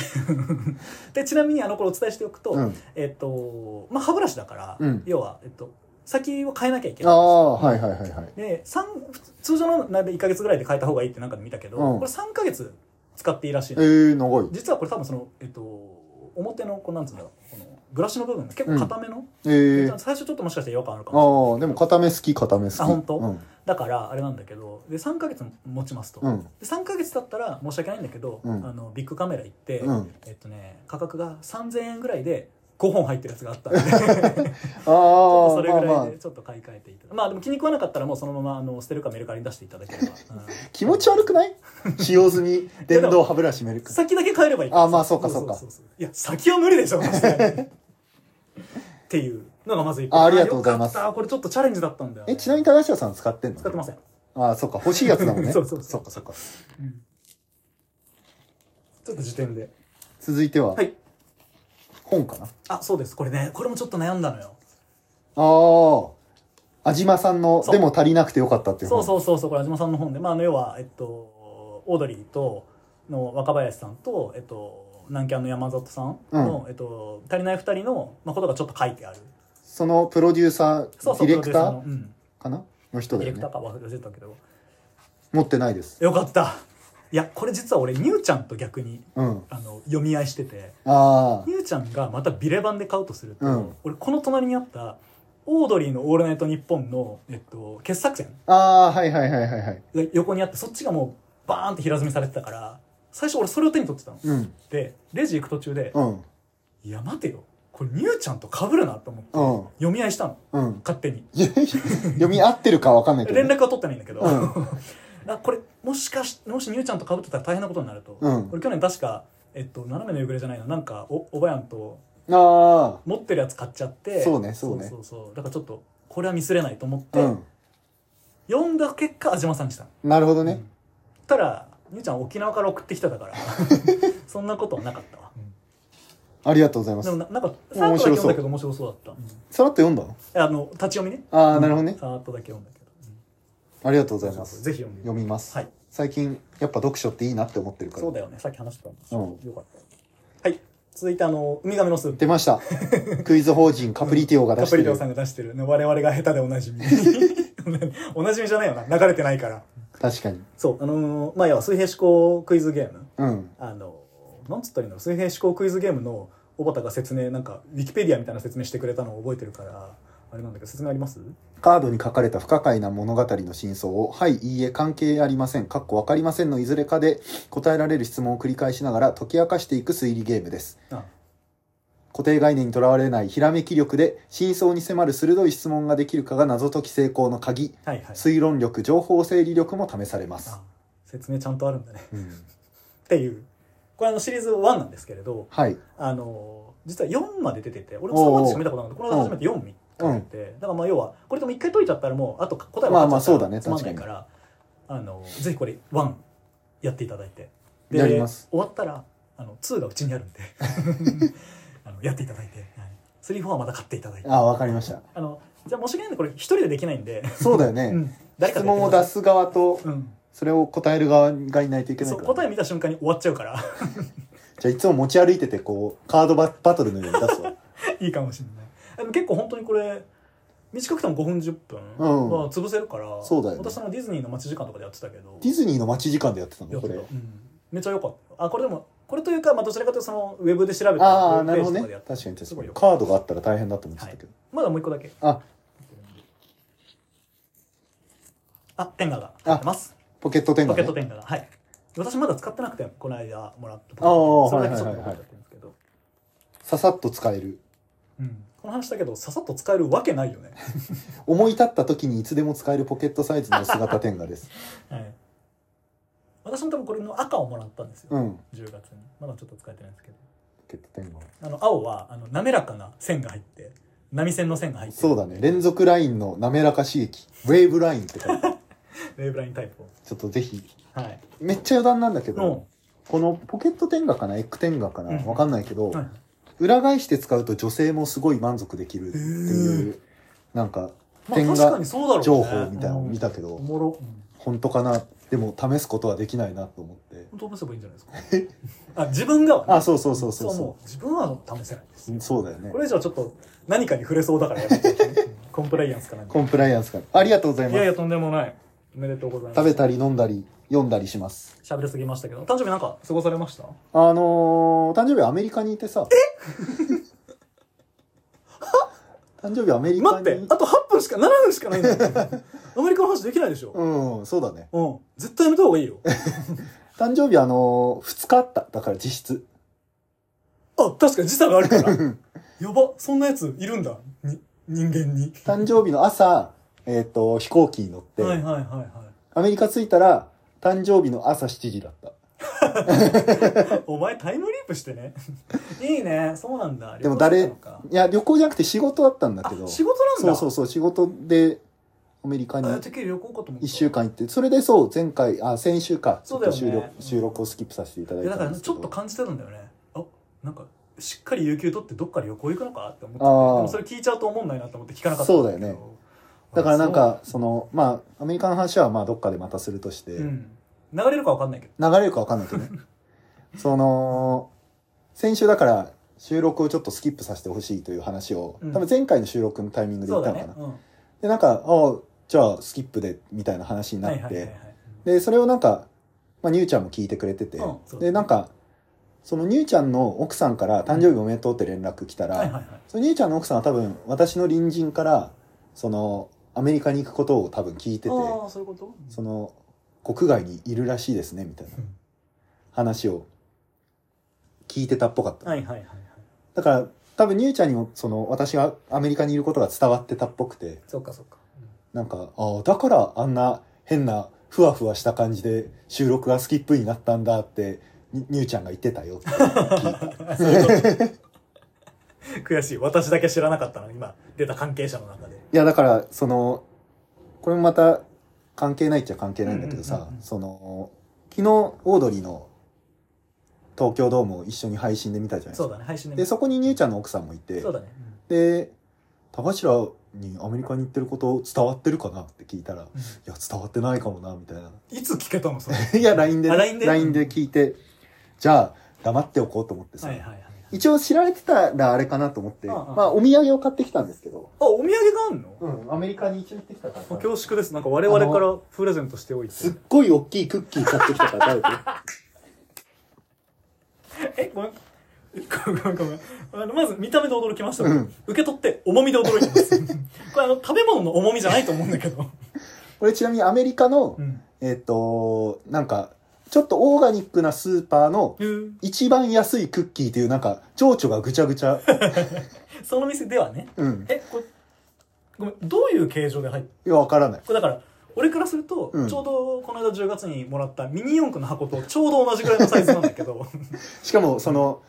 [SPEAKER 1] でちなみにあのこれお伝えしておくと、
[SPEAKER 2] うん
[SPEAKER 1] えっとまあ歯ブラシだから、
[SPEAKER 2] うん
[SPEAKER 1] 要は、えっと、先を変えなきゃいけ
[SPEAKER 2] あ
[SPEAKER 1] ない
[SPEAKER 2] あ、はいはいはいはい。
[SPEAKER 1] で三通常のなんで1か月ぐらいで変えた方がいいってなんかで見たけど、
[SPEAKER 2] うん
[SPEAKER 1] これ3か月使っていいらしい
[SPEAKER 2] え
[SPEAKER 1] の
[SPEAKER 2] ー、長い。
[SPEAKER 1] 実はこれ多分そのえっと表のこうなんつうんだろうこのブラシの部分が結構硬めの、
[SPEAKER 2] えー。
[SPEAKER 1] 最初ちょっともしかして違和感あるか
[SPEAKER 2] あ
[SPEAKER 1] もしれない
[SPEAKER 2] あ、でも固め好き、固め好き。
[SPEAKER 1] あ本当
[SPEAKER 2] うん。
[SPEAKER 1] だからあれなんだけどで3か月持ちますと、
[SPEAKER 2] うん
[SPEAKER 1] で3か月だったら申し訳ないんだけど、
[SPEAKER 2] うん
[SPEAKER 1] あのビッグカメラ行って、
[SPEAKER 2] うん
[SPEAKER 1] えっとね価格が3000円ぐらいで5本入ってるやつがあったん
[SPEAKER 2] *laughs*
[SPEAKER 1] でちょっと
[SPEAKER 2] あ
[SPEAKER 1] そ
[SPEAKER 2] あ、
[SPEAKER 1] れ
[SPEAKER 2] まあ
[SPEAKER 1] ぐ
[SPEAKER 2] ま
[SPEAKER 1] ら
[SPEAKER 2] あ
[SPEAKER 1] いで。ちょっと買い替えていただまあでも気に食わなかったらもうそのままあの捨てるかメルカリに出していただけ
[SPEAKER 2] *laughs*
[SPEAKER 1] れば、うん
[SPEAKER 2] 気持ち悪く
[SPEAKER 1] *laughs*
[SPEAKER 2] ない使用済み電動歯ブラシメルク。
[SPEAKER 1] 先だけ変えればいいら
[SPEAKER 2] あまあそうかそうか
[SPEAKER 1] ういや先は無理でしょさすがに
[SPEAKER 2] *laughs*
[SPEAKER 1] っていうのがまず一個
[SPEAKER 2] あありがとうございます
[SPEAKER 1] あよかったこれちょっとチャレンジだったんだよね、
[SPEAKER 2] え、ちなみに高橋さん使ってんの
[SPEAKER 1] 使ってません
[SPEAKER 2] ああ、そうか。欲しいやつだもん
[SPEAKER 1] *laughs*
[SPEAKER 2] ね。
[SPEAKER 1] そうそうそう
[SPEAKER 2] っかそっか。
[SPEAKER 1] ちょっと時点で
[SPEAKER 2] 続いては
[SPEAKER 1] は、い
[SPEAKER 2] 本かな。
[SPEAKER 1] あそうですこれねこれもちょっと悩んだのよ
[SPEAKER 2] ああ、安島さんの、
[SPEAKER 1] そう
[SPEAKER 2] でも足りなくてよかったっていう
[SPEAKER 1] そう
[SPEAKER 2] 本。
[SPEAKER 1] そうそうそうこれ安島さんの本で、まあ、あの要は、えっと、オードリーとの若林さんと、えっと、南キャンの山里さんの、えっと、足りない二人の、まあ、ことがちょっと書いてある
[SPEAKER 2] そのプロデューサ
[SPEAKER 1] そう
[SPEAKER 2] ー、
[SPEAKER 1] そ
[SPEAKER 2] デ
[SPEAKER 1] う
[SPEAKER 2] ィレクタ
[SPEAKER 1] プロ
[SPEAKER 2] ー
[SPEAKER 1] デューサーのうん
[SPEAKER 2] かなの人
[SPEAKER 1] ディ
[SPEAKER 2] だ
[SPEAKER 1] レク
[SPEAKER 2] よね
[SPEAKER 1] ター。か忘れてたけど
[SPEAKER 2] 持ってないです。
[SPEAKER 1] よかったいやこれ実は俺ニューちゃんと逆に
[SPEAKER 2] うん。
[SPEAKER 1] あの読み合いしてて
[SPEAKER 2] ああ、
[SPEAKER 1] ニューちゃんがまたビレ版で買うとすると、
[SPEAKER 2] うん
[SPEAKER 1] 俺この隣にあったオードリーの「オールナイトニッポン」の、えっと、傑作選
[SPEAKER 2] ああ、はいはいはいはいはい。
[SPEAKER 1] が横にあってそっちがもうバーンって平積みされてたから最初俺それを手に取ってたの、
[SPEAKER 2] うん、
[SPEAKER 1] でレジ行く途中で
[SPEAKER 2] うん、
[SPEAKER 1] 「いや待てよこれニューちゃんと被るな」と思って
[SPEAKER 2] うん、
[SPEAKER 1] 読み合いしたの
[SPEAKER 2] うん。
[SPEAKER 1] 勝手に
[SPEAKER 2] いや *laughs* いや読み合ってるかわかんないけど
[SPEAKER 1] 連
[SPEAKER 2] ね。
[SPEAKER 1] 絡は取ってないんだけど、
[SPEAKER 2] うん
[SPEAKER 1] *laughs* あこれもしかしもしニューちゃんと被ってたら大変なことになると、
[SPEAKER 2] うん
[SPEAKER 1] これ去年確か、えっと、斜めの夕暮れじゃないのなんかおおばやんと
[SPEAKER 2] あ
[SPEAKER 1] 持ってるやつ買っちゃって
[SPEAKER 2] そうねそうね
[SPEAKER 1] そうそうそうだからちょっとこれはミスれないと思って、
[SPEAKER 2] あ、うん。
[SPEAKER 1] 読んだ結果安島さんにしたの
[SPEAKER 2] なるほど
[SPEAKER 1] う
[SPEAKER 2] ね
[SPEAKER 1] ん。たらニューちゃん沖縄から送ってきただ
[SPEAKER 2] *laughs*
[SPEAKER 1] からそんなことはなかったわ、
[SPEAKER 2] ありがとうございま
[SPEAKER 1] ですも。ななんかさーっ
[SPEAKER 2] 面白
[SPEAKER 1] とだけ
[SPEAKER 2] そう
[SPEAKER 1] 読んだけど面白そうだった、うん
[SPEAKER 2] さらっと読んだの
[SPEAKER 1] あの立ち読みね
[SPEAKER 2] ああ、なるほどね。
[SPEAKER 1] さーっとだけ読んだけど、うん
[SPEAKER 2] ありがとうございます。
[SPEAKER 1] ぜひ読んで
[SPEAKER 2] 読みます。
[SPEAKER 1] はい
[SPEAKER 2] 最近、やっぱ読書っていいなって思ってるから。
[SPEAKER 1] そうだよね。さっき話してたんです
[SPEAKER 2] うん
[SPEAKER 1] よかった。はい。続いて、あの、ウミガメの巣。
[SPEAKER 2] 出
[SPEAKER 1] *laughs*
[SPEAKER 2] ました。クイズ法人カプリティオが出
[SPEAKER 1] カ
[SPEAKER 2] して
[SPEAKER 1] プリ
[SPEAKER 2] る。
[SPEAKER 1] テオさんが出してる、ね、我々が下手でおなじみ。 *laughs* おなじみじゃないよな。流れてないから。
[SPEAKER 2] 確かに。
[SPEAKER 1] そう、あのーまあ、要は水平思考クイズゲーム。
[SPEAKER 2] うん。
[SPEAKER 1] あのーなんつったらいいの水平思考クイズゲームの小畑が説明、なんか、ウィキペディアみたいな説明してくれたのを覚えてるから、あれなんだけど、説明あります
[SPEAKER 2] カードに書かれた不可解な物語の真相を、はい、いいえ、関係ありません、かっこわかりませんのいずれかで答えられる質問を繰り返しながら解き明かしていく推理ゲームです。
[SPEAKER 1] あ
[SPEAKER 2] 固定概念にとらわれないひらめき力で真相に迫る鋭い質問ができるかが謎解き成功の鍵、
[SPEAKER 1] はいはい。
[SPEAKER 2] 推論力、情報整理力も試されます
[SPEAKER 1] あ。説明ちゃんとあるんだね。
[SPEAKER 2] うん
[SPEAKER 1] っていう。これあのシリーズ1なんですけれど、
[SPEAKER 2] はい。
[SPEAKER 1] あのー実は4まで出てて、俺も3までしか見たことなくて、この間初めて4見かけて、だからまあ要は、これでも一回解いちゃったらもう、あと答え分かっちゃったら
[SPEAKER 2] まあまあそうだね
[SPEAKER 1] つまんないから、あのーぜひこれ1やっていただいて。
[SPEAKER 2] やります
[SPEAKER 1] 終わったら、あの、2がうちにあるんで、 *laughs* あのやっていただいて、はい、3、4はまた買っていただいて。
[SPEAKER 2] あ、わかりました。
[SPEAKER 1] あの、じゃあ申し訳ないんで、これ一人でできないんで、
[SPEAKER 2] そうだよ
[SPEAKER 1] う
[SPEAKER 2] ね。
[SPEAKER 1] ん *laughs* 誰か
[SPEAKER 2] 質
[SPEAKER 1] でやっ
[SPEAKER 2] 問
[SPEAKER 1] てく
[SPEAKER 2] を
[SPEAKER 1] ださ
[SPEAKER 2] 出
[SPEAKER 1] い
[SPEAKER 2] す側と、
[SPEAKER 1] うん、
[SPEAKER 2] それを答える側がいないといけない
[SPEAKER 1] そう
[SPEAKER 2] から。
[SPEAKER 1] 答え見た瞬間に終わっちゃうから。
[SPEAKER 2] じゃあいつも持ち歩いてて、こう、カードババトルのように
[SPEAKER 1] *laughs*
[SPEAKER 2] 出すわ。
[SPEAKER 1] いいかもしれないでも結構本当にこれ短くても5分10
[SPEAKER 2] うん
[SPEAKER 1] 分は潰せるから、
[SPEAKER 2] そうだよね
[SPEAKER 1] 私そのディズニーの待ち時間とかでやってたけど
[SPEAKER 2] ディズニーの待ち時間でやってた
[SPEAKER 1] や
[SPEAKER 2] の
[SPEAKER 1] って
[SPEAKER 2] こ
[SPEAKER 1] た
[SPEAKER 2] れ。
[SPEAKER 1] うんめちゃ良かったあこれでもこれというか、まあ、どちらかというとそのウェブで調べた
[SPEAKER 2] ああ、
[SPEAKER 1] ウェブ
[SPEAKER 2] な
[SPEAKER 1] ペ
[SPEAKER 2] る
[SPEAKER 1] ー
[SPEAKER 2] ほ
[SPEAKER 1] ジ
[SPEAKER 2] ど
[SPEAKER 1] とかで
[SPEAKER 2] ね
[SPEAKER 1] やっ。た
[SPEAKER 2] 確かに確
[SPEAKER 1] す
[SPEAKER 2] か
[SPEAKER 1] ごい
[SPEAKER 2] に。
[SPEAKER 1] よ
[SPEAKER 2] カードがあったら大変だと思ってたけど。
[SPEAKER 1] まだもう一個だけ
[SPEAKER 2] あ、
[SPEAKER 1] あテンガが入ってます
[SPEAKER 2] ポケットテン
[SPEAKER 1] ポ
[SPEAKER 2] ガ、
[SPEAKER 1] ケ
[SPEAKER 2] ね
[SPEAKER 1] ット。テンガがはい私まだ使ってなくてこの間もらった
[SPEAKER 2] ああ
[SPEAKER 1] それだけちょっと残
[SPEAKER 2] はいはいはいはい
[SPEAKER 1] っちゃってるんですけど
[SPEAKER 2] ささっと使える。
[SPEAKER 1] うんこの話だけどささっと使えるわけないよね、
[SPEAKER 2] 思い立った時にいつでも使えるポケットサイズの薄型テンガ
[SPEAKER 1] *laughs*
[SPEAKER 2] です。
[SPEAKER 1] はい、私も多分これの赤をもらったんですよ、
[SPEAKER 2] うん。ポ
[SPEAKER 1] 10月にまだちょっと使えてないんですけど
[SPEAKER 2] ケットテンガ。
[SPEAKER 1] あの青はあの滑らかな線が入って波線の線が入ってる
[SPEAKER 2] そうだね。連続ラインの滑らか刺激。ウェーブラインって書いてある
[SPEAKER 1] ウェーブラインタイプを
[SPEAKER 2] ちょっとぜひ。
[SPEAKER 1] はい
[SPEAKER 2] めっちゃ余談なんだけど、
[SPEAKER 1] の、
[SPEAKER 2] このポケットテンガかなエッグテンガかな
[SPEAKER 1] うん
[SPEAKER 2] わかんないけど、
[SPEAKER 1] はい、
[SPEAKER 2] 裏返して使うと女性もすごい満足できるっていう、なんか、
[SPEAKER 1] まあ
[SPEAKER 2] 点
[SPEAKER 1] 確
[SPEAKER 2] が
[SPEAKER 1] かにそうだろうね
[SPEAKER 2] 情報みたいなのを見
[SPEAKER 1] うん
[SPEAKER 2] たけど、
[SPEAKER 1] おもろ、うん、
[SPEAKER 2] 本当かなでも試すことはできないなと思って
[SPEAKER 1] 本当試せばいいんじゃないですかあ自分がはね
[SPEAKER 2] あそうそうそうそう
[SPEAKER 1] そう
[SPEAKER 2] そ
[SPEAKER 1] もう自分は試せないです
[SPEAKER 2] うそうだよね
[SPEAKER 1] これ以上はちょっと何かに触れそうだからやめて
[SPEAKER 2] *laughs*
[SPEAKER 1] コンプライアンスかなんか
[SPEAKER 2] コンプライアンスからありがとうござい
[SPEAKER 1] い
[SPEAKER 2] ま
[SPEAKER 1] やい
[SPEAKER 2] す
[SPEAKER 1] やとんでもないおめでとうございます
[SPEAKER 2] 食べたり飲んだり読んだりします
[SPEAKER 1] 喋りすぎましたけど誕生日なんか過ごされました
[SPEAKER 2] あのー、誕生日アメリカにいてさえ *laughs* 誕生日アメリ
[SPEAKER 1] 待
[SPEAKER 2] カ
[SPEAKER 1] っ
[SPEAKER 2] に
[SPEAKER 1] てあと8分しか7分しか *laughs* ないんだけどアメリカの話できないでしょ、
[SPEAKER 2] うんそうだね
[SPEAKER 1] うん、絶対やめた方がいいよ
[SPEAKER 2] 誕生日あのー、2日あっただから実質
[SPEAKER 1] あ、確かに時差がある *laughs* から。やば、そんなやついるんだ。に、人間に。
[SPEAKER 2] 誕生日の朝えっ、と飛行機に乗って、
[SPEAKER 1] はいはいはいは
[SPEAKER 2] アメリカ着いたら誕生日の朝7時だった
[SPEAKER 1] い。 *laughs* お前タイムリープして *laughs* ね。いいね、そうなんだ。
[SPEAKER 2] でも誰
[SPEAKER 1] 旅行だったのか
[SPEAKER 2] いや旅行じゃなくて仕事だったんだけど
[SPEAKER 1] あ、仕事なん
[SPEAKER 2] そ
[SPEAKER 1] だ。
[SPEAKER 2] うそうそう、仕事でアメリカに
[SPEAKER 1] あ、てっきり旅行かと思った。
[SPEAKER 2] 1週。間行って、それでそう、前回、あ、先週か、ち
[SPEAKER 1] そ
[SPEAKER 2] ょ
[SPEAKER 1] うだ
[SPEAKER 2] っ
[SPEAKER 1] よ
[SPEAKER 2] と
[SPEAKER 1] ね
[SPEAKER 2] 収録、収録をスキップさせていただい
[SPEAKER 1] いやだか
[SPEAKER 2] た
[SPEAKER 1] ら
[SPEAKER 2] んです
[SPEAKER 1] ち
[SPEAKER 2] けど。
[SPEAKER 1] ょっと感じてたんだよね。あ、なんか、しっかり有給取ってどっかで旅行行くのかって思ってて。で
[SPEAKER 2] あー
[SPEAKER 1] もそれ聞いちゃうと思んないなと思って聞かなかったんけど。
[SPEAKER 2] そうだよねだからなんか、その、まあ、アメリカの話はまあ、どっかでまたするとして、
[SPEAKER 1] そう、うん。流れるかわかんないけど。
[SPEAKER 2] 流れるかわかんないけどね。 *laughs* その、先週だから、収録をちょっとスキップさせてほしいという話を、
[SPEAKER 1] うん
[SPEAKER 2] 多分前回の収録のタイミングで
[SPEAKER 1] そ
[SPEAKER 2] 言
[SPEAKER 1] うだ
[SPEAKER 2] ったのか
[SPEAKER 1] ね
[SPEAKER 2] な。。
[SPEAKER 1] うん。
[SPEAKER 2] で、なんか、あじゃあ、スキップで、みたいな話にな
[SPEAKER 1] は
[SPEAKER 2] っ
[SPEAKER 1] い
[SPEAKER 2] て、
[SPEAKER 1] はいはいはい。
[SPEAKER 2] で、それをなんか、まあ、ニューちゃんも聞いてくれてて、
[SPEAKER 1] うんそう
[SPEAKER 2] で、なんか、そのニューちゃんの奥さんから誕生日おめでとうって連絡来たら、
[SPEAKER 1] はいはいはい。
[SPEAKER 2] そのニューちゃんの奥さんは多分、私の隣人から、その、アメリカに行くことを多分聞いてて、
[SPEAKER 1] ああ、そういうこと
[SPEAKER 2] その、国外にいるらしいですね、みたいな
[SPEAKER 1] うん
[SPEAKER 2] 話を聞いてたっぽかった。
[SPEAKER 1] はいはいはいはい。
[SPEAKER 2] だから、多分ニューちゃんにも、その、私がアメリカにいることが伝わってたっぽくて、
[SPEAKER 1] そっかそっか。うん
[SPEAKER 2] なんか、ああ、だからあんな変なふわふわした感じで収録がスキップになったんだって、ににゅうちゃんが言ってたよっ
[SPEAKER 1] *laughs*
[SPEAKER 2] て聞いた。
[SPEAKER 1] *laughs* 悔しい私だけ知らなかったの今出た関係者の中で
[SPEAKER 2] いや、だから、その、これもまた関係ないっちゃ関係ないんだ
[SPEAKER 1] う
[SPEAKER 2] けど
[SPEAKER 1] んうん
[SPEAKER 2] さ
[SPEAKER 1] うんうん、
[SPEAKER 2] その、昨日オードリーの東京ドームを一緒に配信で見たじゃないで
[SPEAKER 1] そ
[SPEAKER 2] す
[SPEAKER 1] う
[SPEAKER 2] か。
[SPEAKER 1] だね配信で
[SPEAKER 2] で、そこににゅうちゃんの奥さんもいて
[SPEAKER 1] そう、だね
[SPEAKER 2] で、田柱にアメリカに行ってること伝わってるかなって聞いたら、いや伝わってないかもなみたいな
[SPEAKER 1] いつ聞けたのそれ
[SPEAKER 2] いや LINE で,、
[SPEAKER 1] あ LINE で
[SPEAKER 2] 聞いてじゃあ黙っておこうと思ってさ、
[SPEAKER 1] はいはいはい
[SPEAKER 2] 一応知られてたらあれかなと思って
[SPEAKER 1] ああ
[SPEAKER 2] まあお土産を買ってきたんですけど、
[SPEAKER 1] あお土産があんの
[SPEAKER 2] うん、アメリカに一応行ってきたからさ
[SPEAKER 1] 恐縮ですなんか我々からプレゼントしておいて
[SPEAKER 2] すっごい大きいクッキー買ってきたから食べて。 *laughs*
[SPEAKER 1] えごめんごめんごめんごめんあのまず見た目で驚きました、
[SPEAKER 2] うん
[SPEAKER 1] 受け取って重みで驚いてますこれあの食べ物の重みじゃないと思うんだけど、
[SPEAKER 2] これちなみにアメリカの、
[SPEAKER 1] うん、
[SPEAKER 2] えっ、と、なんか、ちょっとオーガニックなスーパーの一番安いクッキーというなんか、情緒がぐちゃぐ
[SPEAKER 1] *laughs*
[SPEAKER 2] ちゃ。
[SPEAKER 1] その店ではね
[SPEAKER 2] うん。
[SPEAKER 1] えこれごめんどういう形状で入っ
[SPEAKER 2] いや、わからない。
[SPEAKER 1] これだから俺からすると、
[SPEAKER 2] うん
[SPEAKER 1] ちょうどこの間10月にもらったミニ四駆の箱とちょうど同じぐらいのサイズなんだけ
[SPEAKER 2] *laughs*
[SPEAKER 1] ど、
[SPEAKER 2] しかも、その、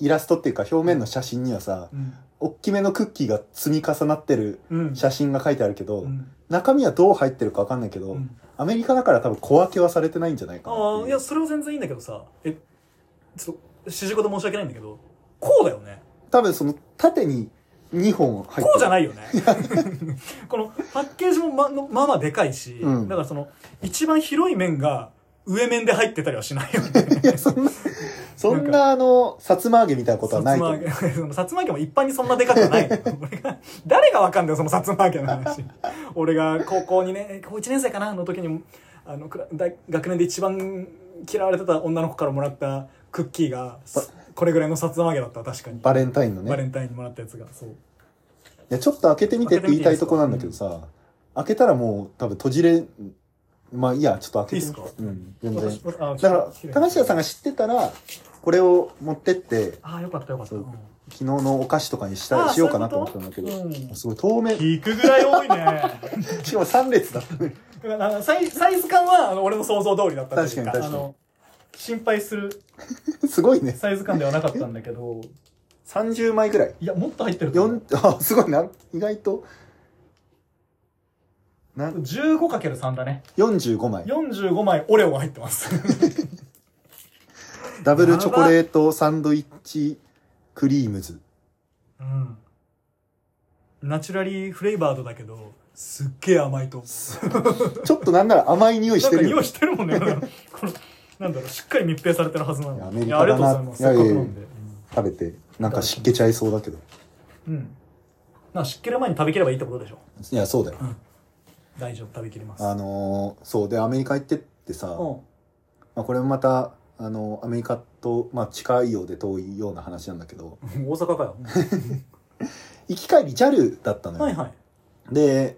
[SPEAKER 2] イラストっていうか表面の写真にはさ、
[SPEAKER 1] うん
[SPEAKER 2] おっきめのクッキーが積み重なってる
[SPEAKER 1] うん
[SPEAKER 2] 写真が書いてあるけど、
[SPEAKER 1] うん
[SPEAKER 2] 中身はどう入ってるかわかんないけど、
[SPEAKER 1] うん
[SPEAKER 2] アメリカだから多分小分けはされてないんじゃないかな
[SPEAKER 1] ああ
[SPEAKER 2] って
[SPEAKER 1] い
[SPEAKER 2] いう
[SPEAKER 1] やそれは全然いいんだけどさえちょっと主事故で申し訳ないんだけどこうだよね
[SPEAKER 2] 多分その縦に2本入ってる。
[SPEAKER 1] こうじゃ
[SPEAKER 2] い *laughs*
[SPEAKER 1] ないよねこのパッケージもまのまあまあでかいし、
[SPEAKER 2] うん
[SPEAKER 1] だからその一番広い面が上面で入ってたりはしないよね
[SPEAKER 2] い *laughs* や、そんな、そ
[SPEAKER 1] な
[SPEAKER 2] ん
[SPEAKER 1] ん
[SPEAKER 2] なあの、さつま揚げみたいなことはないと思う。
[SPEAKER 1] さつま揚げ *laughs* そのさつま揚げも一般にそんなでかくはない。俺が、誰がわかんだよ、そのさつま揚げの話。俺が高校にね、高1年生かなの時に、あの、くら大学年で一番嫌われてた女の子からもらったクッキーが、すこれぐらいのさつま揚げだった、確かに。
[SPEAKER 2] バレンタインの
[SPEAKER 1] バレ
[SPEAKER 2] ね。
[SPEAKER 1] ンタインにもらったやつが、そう。
[SPEAKER 2] いや、ちょっと開けてみてって言いたいとこなんだけどさ、開けたらもう多分閉じれ、まあいいや、ちょっと開けてみて
[SPEAKER 1] いいっす
[SPEAKER 2] うん、全然。
[SPEAKER 1] 私あ
[SPEAKER 2] だから、高橋さ
[SPEAKER 1] ん。
[SPEAKER 2] んが知ってたら、これを持ってって、
[SPEAKER 1] ああ、よかったよかった。
[SPEAKER 2] そう
[SPEAKER 1] うん
[SPEAKER 2] 昨日のお菓子とかにした
[SPEAKER 1] あ
[SPEAKER 2] り
[SPEAKER 1] ー
[SPEAKER 2] しようかなと
[SPEAKER 1] そういう
[SPEAKER 2] 思っ
[SPEAKER 1] こと
[SPEAKER 2] たんだけど、
[SPEAKER 1] うん
[SPEAKER 2] すごい透明。
[SPEAKER 1] 聞くぐらい多いね。
[SPEAKER 2] しかも3列だったね。
[SPEAKER 1] だからあのサイサイズ感はあの俺の想像通りだったという
[SPEAKER 2] 確かに確かに
[SPEAKER 1] あの心配する
[SPEAKER 2] すごいね。
[SPEAKER 1] サイズ感ではなかったんだけど
[SPEAKER 2] 30枚ぐらい。
[SPEAKER 1] いやもっと入ってると思う
[SPEAKER 2] 四あ、すごいな。意外と、な、
[SPEAKER 1] 15×3 だね
[SPEAKER 2] 45枚。
[SPEAKER 1] 45枚オレオが入ってます
[SPEAKER 2] *laughs* ダブルチョコレートサンドイッチクリームズ。
[SPEAKER 1] うんナチュラリーフレーバードだけどすっげえ甘いと思う
[SPEAKER 2] ちょっとなんなら甘い匂いし
[SPEAKER 1] なん
[SPEAKER 2] て
[SPEAKER 1] か
[SPEAKER 2] るよ
[SPEAKER 1] 匂
[SPEAKER 2] ね
[SPEAKER 1] いしてるもんね *laughs* このなんだろうしっかり密閉されてるはずなの
[SPEAKER 2] いやアメリカだ
[SPEAKER 1] やあり
[SPEAKER 2] ない
[SPEAKER 1] がとうございます
[SPEAKER 2] いや
[SPEAKER 1] せ
[SPEAKER 2] い
[SPEAKER 1] っ
[SPEAKER 2] や
[SPEAKER 1] かくな
[SPEAKER 2] いや
[SPEAKER 1] んで
[SPEAKER 2] 食べてなんか湿気ちゃいそうだけど
[SPEAKER 1] うんまあ湿気る前に食べきればいいってことでしょ
[SPEAKER 2] いやそうだよ
[SPEAKER 1] 大丈夫食べきります
[SPEAKER 2] あのーそうでアメリカ行ってってさ、
[SPEAKER 1] うん
[SPEAKER 2] まあ、これもまた、あのーアメリカと、まあ、近いようで遠いような話なんだけど
[SPEAKER 1] 大阪かよ
[SPEAKER 2] 行き帰り JAL だったのよ、
[SPEAKER 1] はいはい
[SPEAKER 2] で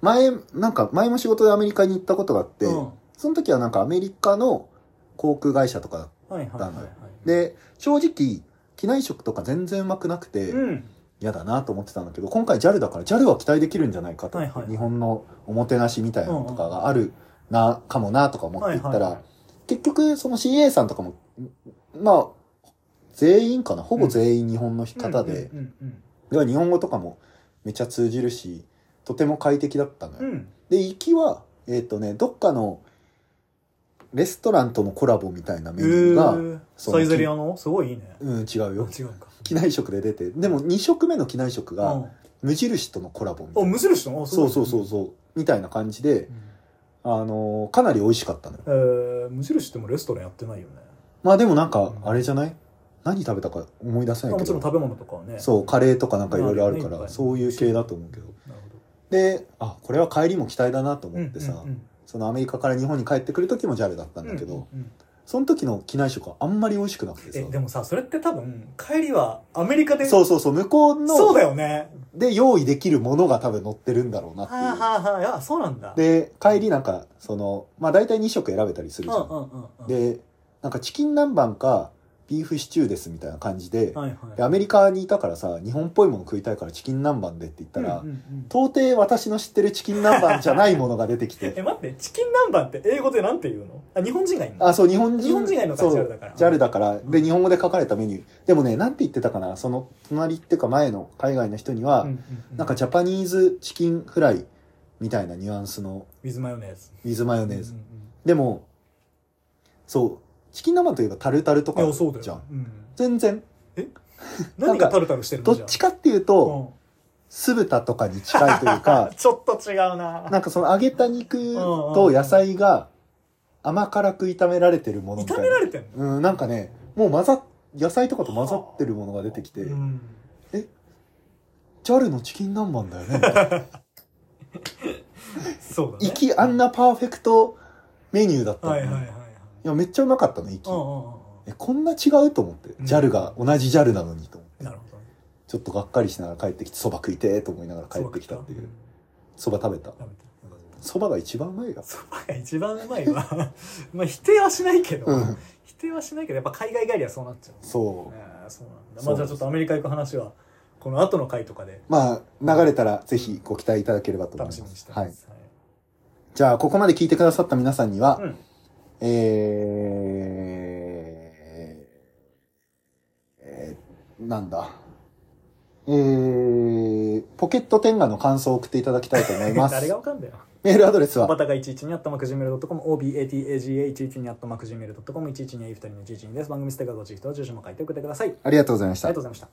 [SPEAKER 2] 前なんか前も仕事でアメリカに行ったことがあって、
[SPEAKER 1] うん
[SPEAKER 2] その時はなんかアメリカの航空会社とか
[SPEAKER 1] はいはいはい、はい、
[SPEAKER 2] で正直機内食とか全然うまくなくて、
[SPEAKER 1] うん
[SPEAKER 2] 嫌だなと思ってたんだけど今回 JAL だから JAL は期待できるんじゃないかと、
[SPEAKER 1] はいはい
[SPEAKER 2] 日本のおもてなしみたいなのとかがあるな、かもなとか思っていったら、
[SPEAKER 1] はいはいはい
[SPEAKER 2] 結局その CA さんとかもまあ全員かなほぼ全員日本の方で、
[SPEAKER 1] うんうん
[SPEAKER 2] では日本語とかもめちゃ通じるしとても快適だったのよ、
[SPEAKER 1] うんうん
[SPEAKER 2] で行きはえっ、とねどっかのレストランとのコラボみたいなメ
[SPEAKER 1] へ
[SPEAKER 2] ニューが、
[SPEAKER 1] ー
[SPEAKER 2] その
[SPEAKER 1] サイゼリアのすごいいいね
[SPEAKER 2] うん違うよ
[SPEAKER 1] 違うか
[SPEAKER 2] 機内食で出てでも2食目の機内食が、無印とのコラボみた
[SPEAKER 1] うん
[SPEAKER 2] い
[SPEAKER 1] あ
[SPEAKER 2] な
[SPEAKER 1] 無印のあ
[SPEAKER 2] そうそうそううそうみたいな感じで
[SPEAKER 1] う、ん
[SPEAKER 2] あのーかなり美味しかったのよ
[SPEAKER 1] えー無印ってもレストランやってないよね
[SPEAKER 2] まあでもなんか
[SPEAKER 1] うん
[SPEAKER 2] あれじゃない何食べたか思い出せ
[SPEAKER 1] あ
[SPEAKER 2] ない
[SPEAKER 1] も
[SPEAKER 2] け
[SPEAKER 1] ちろん
[SPEAKER 2] ど
[SPEAKER 1] 食べ物とかはね
[SPEAKER 2] そうカレーとかなんかいろいろある
[SPEAKER 1] ま
[SPEAKER 2] か
[SPEAKER 1] あねいっぱ
[SPEAKER 2] ら
[SPEAKER 1] い
[SPEAKER 2] そういう系だと思うけど
[SPEAKER 1] なるほど
[SPEAKER 2] であこれは帰りも期待だなと思ってさ
[SPEAKER 1] うんうん
[SPEAKER 2] そのアメリカから日本に帰ってくる時も JAL だった
[SPEAKER 1] うんん
[SPEAKER 2] だけど
[SPEAKER 1] うんうんうん
[SPEAKER 2] その時の機内食はあんまり美味しくなくて
[SPEAKER 1] え
[SPEAKER 2] さ
[SPEAKER 1] でもさそれって多分帰りはアメリカで
[SPEAKER 2] そううそうそう向こう
[SPEAKER 1] そう
[SPEAKER 2] の
[SPEAKER 1] だよね
[SPEAKER 2] で用意できるものが多分載ってるんだろうなって
[SPEAKER 1] はあ
[SPEAKER 2] いう
[SPEAKER 1] はあはあいやそうなんだ
[SPEAKER 2] で帰りなんかそのまあ大体2食選べたりす
[SPEAKER 1] う
[SPEAKER 2] る
[SPEAKER 1] ん
[SPEAKER 2] じ
[SPEAKER 1] う
[SPEAKER 2] ゃ
[SPEAKER 1] ん
[SPEAKER 2] ん
[SPEAKER 1] うんうん
[SPEAKER 2] でなんかチキン南蛮かビーフシチューですみたいな感じで,、
[SPEAKER 1] はいはい
[SPEAKER 2] でアメリカにいたからさ日本っぽいもの食いたいからチキン南蛮でって言ったら、
[SPEAKER 1] うんうんうん
[SPEAKER 2] 到底私の知ってるチキン南蛮じゃないものが出てきて
[SPEAKER 1] *laughs* え待ってチキン南蛮って英語でなんて言うのあ日本人がいいの
[SPEAKER 2] あそう日本人
[SPEAKER 1] 日本人がいるのか
[SPEAKER 2] そう
[SPEAKER 1] JAL だから
[SPEAKER 2] JAL だからで
[SPEAKER 1] うん
[SPEAKER 2] 日本語で書かれたメニューでもねなんて言ってたかなその隣っていうか前の海外の人には、
[SPEAKER 1] うんうんうん
[SPEAKER 2] なんかジャパニーズチキンフライみたいなニュアンスの
[SPEAKER 1] ウィズマヨネーズ
[SPEAKER 2] ウィズマヨネーズ、
[SPEAKER 1] うんうん
[SPEAKER 2] でもそうチキン南蛮といえばタルタルと
[SPEAKER 1] い
[SPEAKER 2] か
[SPEAKER 1] やそうだ
[SPEAKER 2] じゃん
[SPEAKER 1] よ、うん、
[SPEAKER 2] 全然
[SPEAKER 1] 何がタルタルしてるの
[SPEAKER 2] ど
[SPEAKER 1] じゃ
[SPEAKER 2] っちかっていうと、
[SPEAKER 1] あ、
[SPEAKER 2] 酢豚とかに近いというか
[SPEAKER 1] *laughs* ちょっと違うな
[SPEAKER 2] なんかその揚げた肉と野菜が甘辛く炒められてるものみたい
[SPEAKER 1] 炒
[SPEAKER 2] な。
[SPEAKER 1] められてんの
[SPEAKER 2] うん、なんかね、もう混ざっ、野菜とかと混ざってるものが出てきて、
[SPEAKER 1] うん、
[SPEAKER 2] JAL のチキン南蛮だよね
[SPEAKER 1] *laughs*
[SPEAKER 2] みたいな。
[SPEAKER 1] そうだね
[SPEAKER 2] 行きあんなパーフェクトメニューだったの
[SPEAKER 1] はい
[SPEAKER 2] に、
[SPEAKER 1] はいはいはい
[SPEAKER 2] いや、めっちゃうまかったの、行き
[SPEAKER 1] うんう。んうん
[SPEAKER 2] え、こんな違うと思って。
[SPEAKER 1] うん
[SPEAKER 2] JAL が、同じ JAL なのにと思って。
[SPEAKER 1] うんなるほどね
[SPEAKER 2] ちょっとがっかりしながら帰ってきて、蕎麦食いてーと思いながら帰ってきたっていう。蕎麦食べた。
[SPEAKER 1] 食べた
[SPEAKER 2] 蕎麦が一番うまいが。
[SPEAKER 1] そばが一番うまいわ *laughs* まあ否定はしないけど、
[SPEAKER 2] うん。
[SPEAKER 1] 否定はしないけどやっぱ海外帰りはそうなっちゃう
[SPEAKER 2] そ
[SPEAKER 1] ああそうなんだ
[SPEAKER 2] そ
[SPEAKER 1] まあ
[SPEAKER 2] う
[SPEAKER 1] じゃあちょっとアメリカ行く話はこの後の回とかで
[SPEAKER 2] う。まあ、流れたらぜひご期待いただければと思い
[SPEAKER 1] 楽
[SPEAKER 2] ます。
[SPEAKER 1] しみにして
[SPEAKER 2] は
[SPEAKER 1] ま
[SPEAKER 2] い。
[SPEAKER 1] す、
[SPEAKER 2] じゃあ、ここまで聞いてくださった皆さんには、
[SPEAKER 1] はいうん、
[SPEAKER 2] えー、えーなんだ。えー、ポケット天下の感想を送っていただきたいと思います。
[SPEAKER 1] *laughs* 誰がわかんだよ
[SPEAKER 2] メールアドレス
[SPEAKER 1] バ
[SPEAKER 2] は、
[SPEAKER 1] タが11にあったまくじめる .com、obataga11 にあったまくじめる .com、11に A2 人の11にです。番組ステッカーごチェックと住所も書いて送ってください。あり
[SPEAKER 2] ありがとうございました
[SPEAKER 1] がとう。ございました。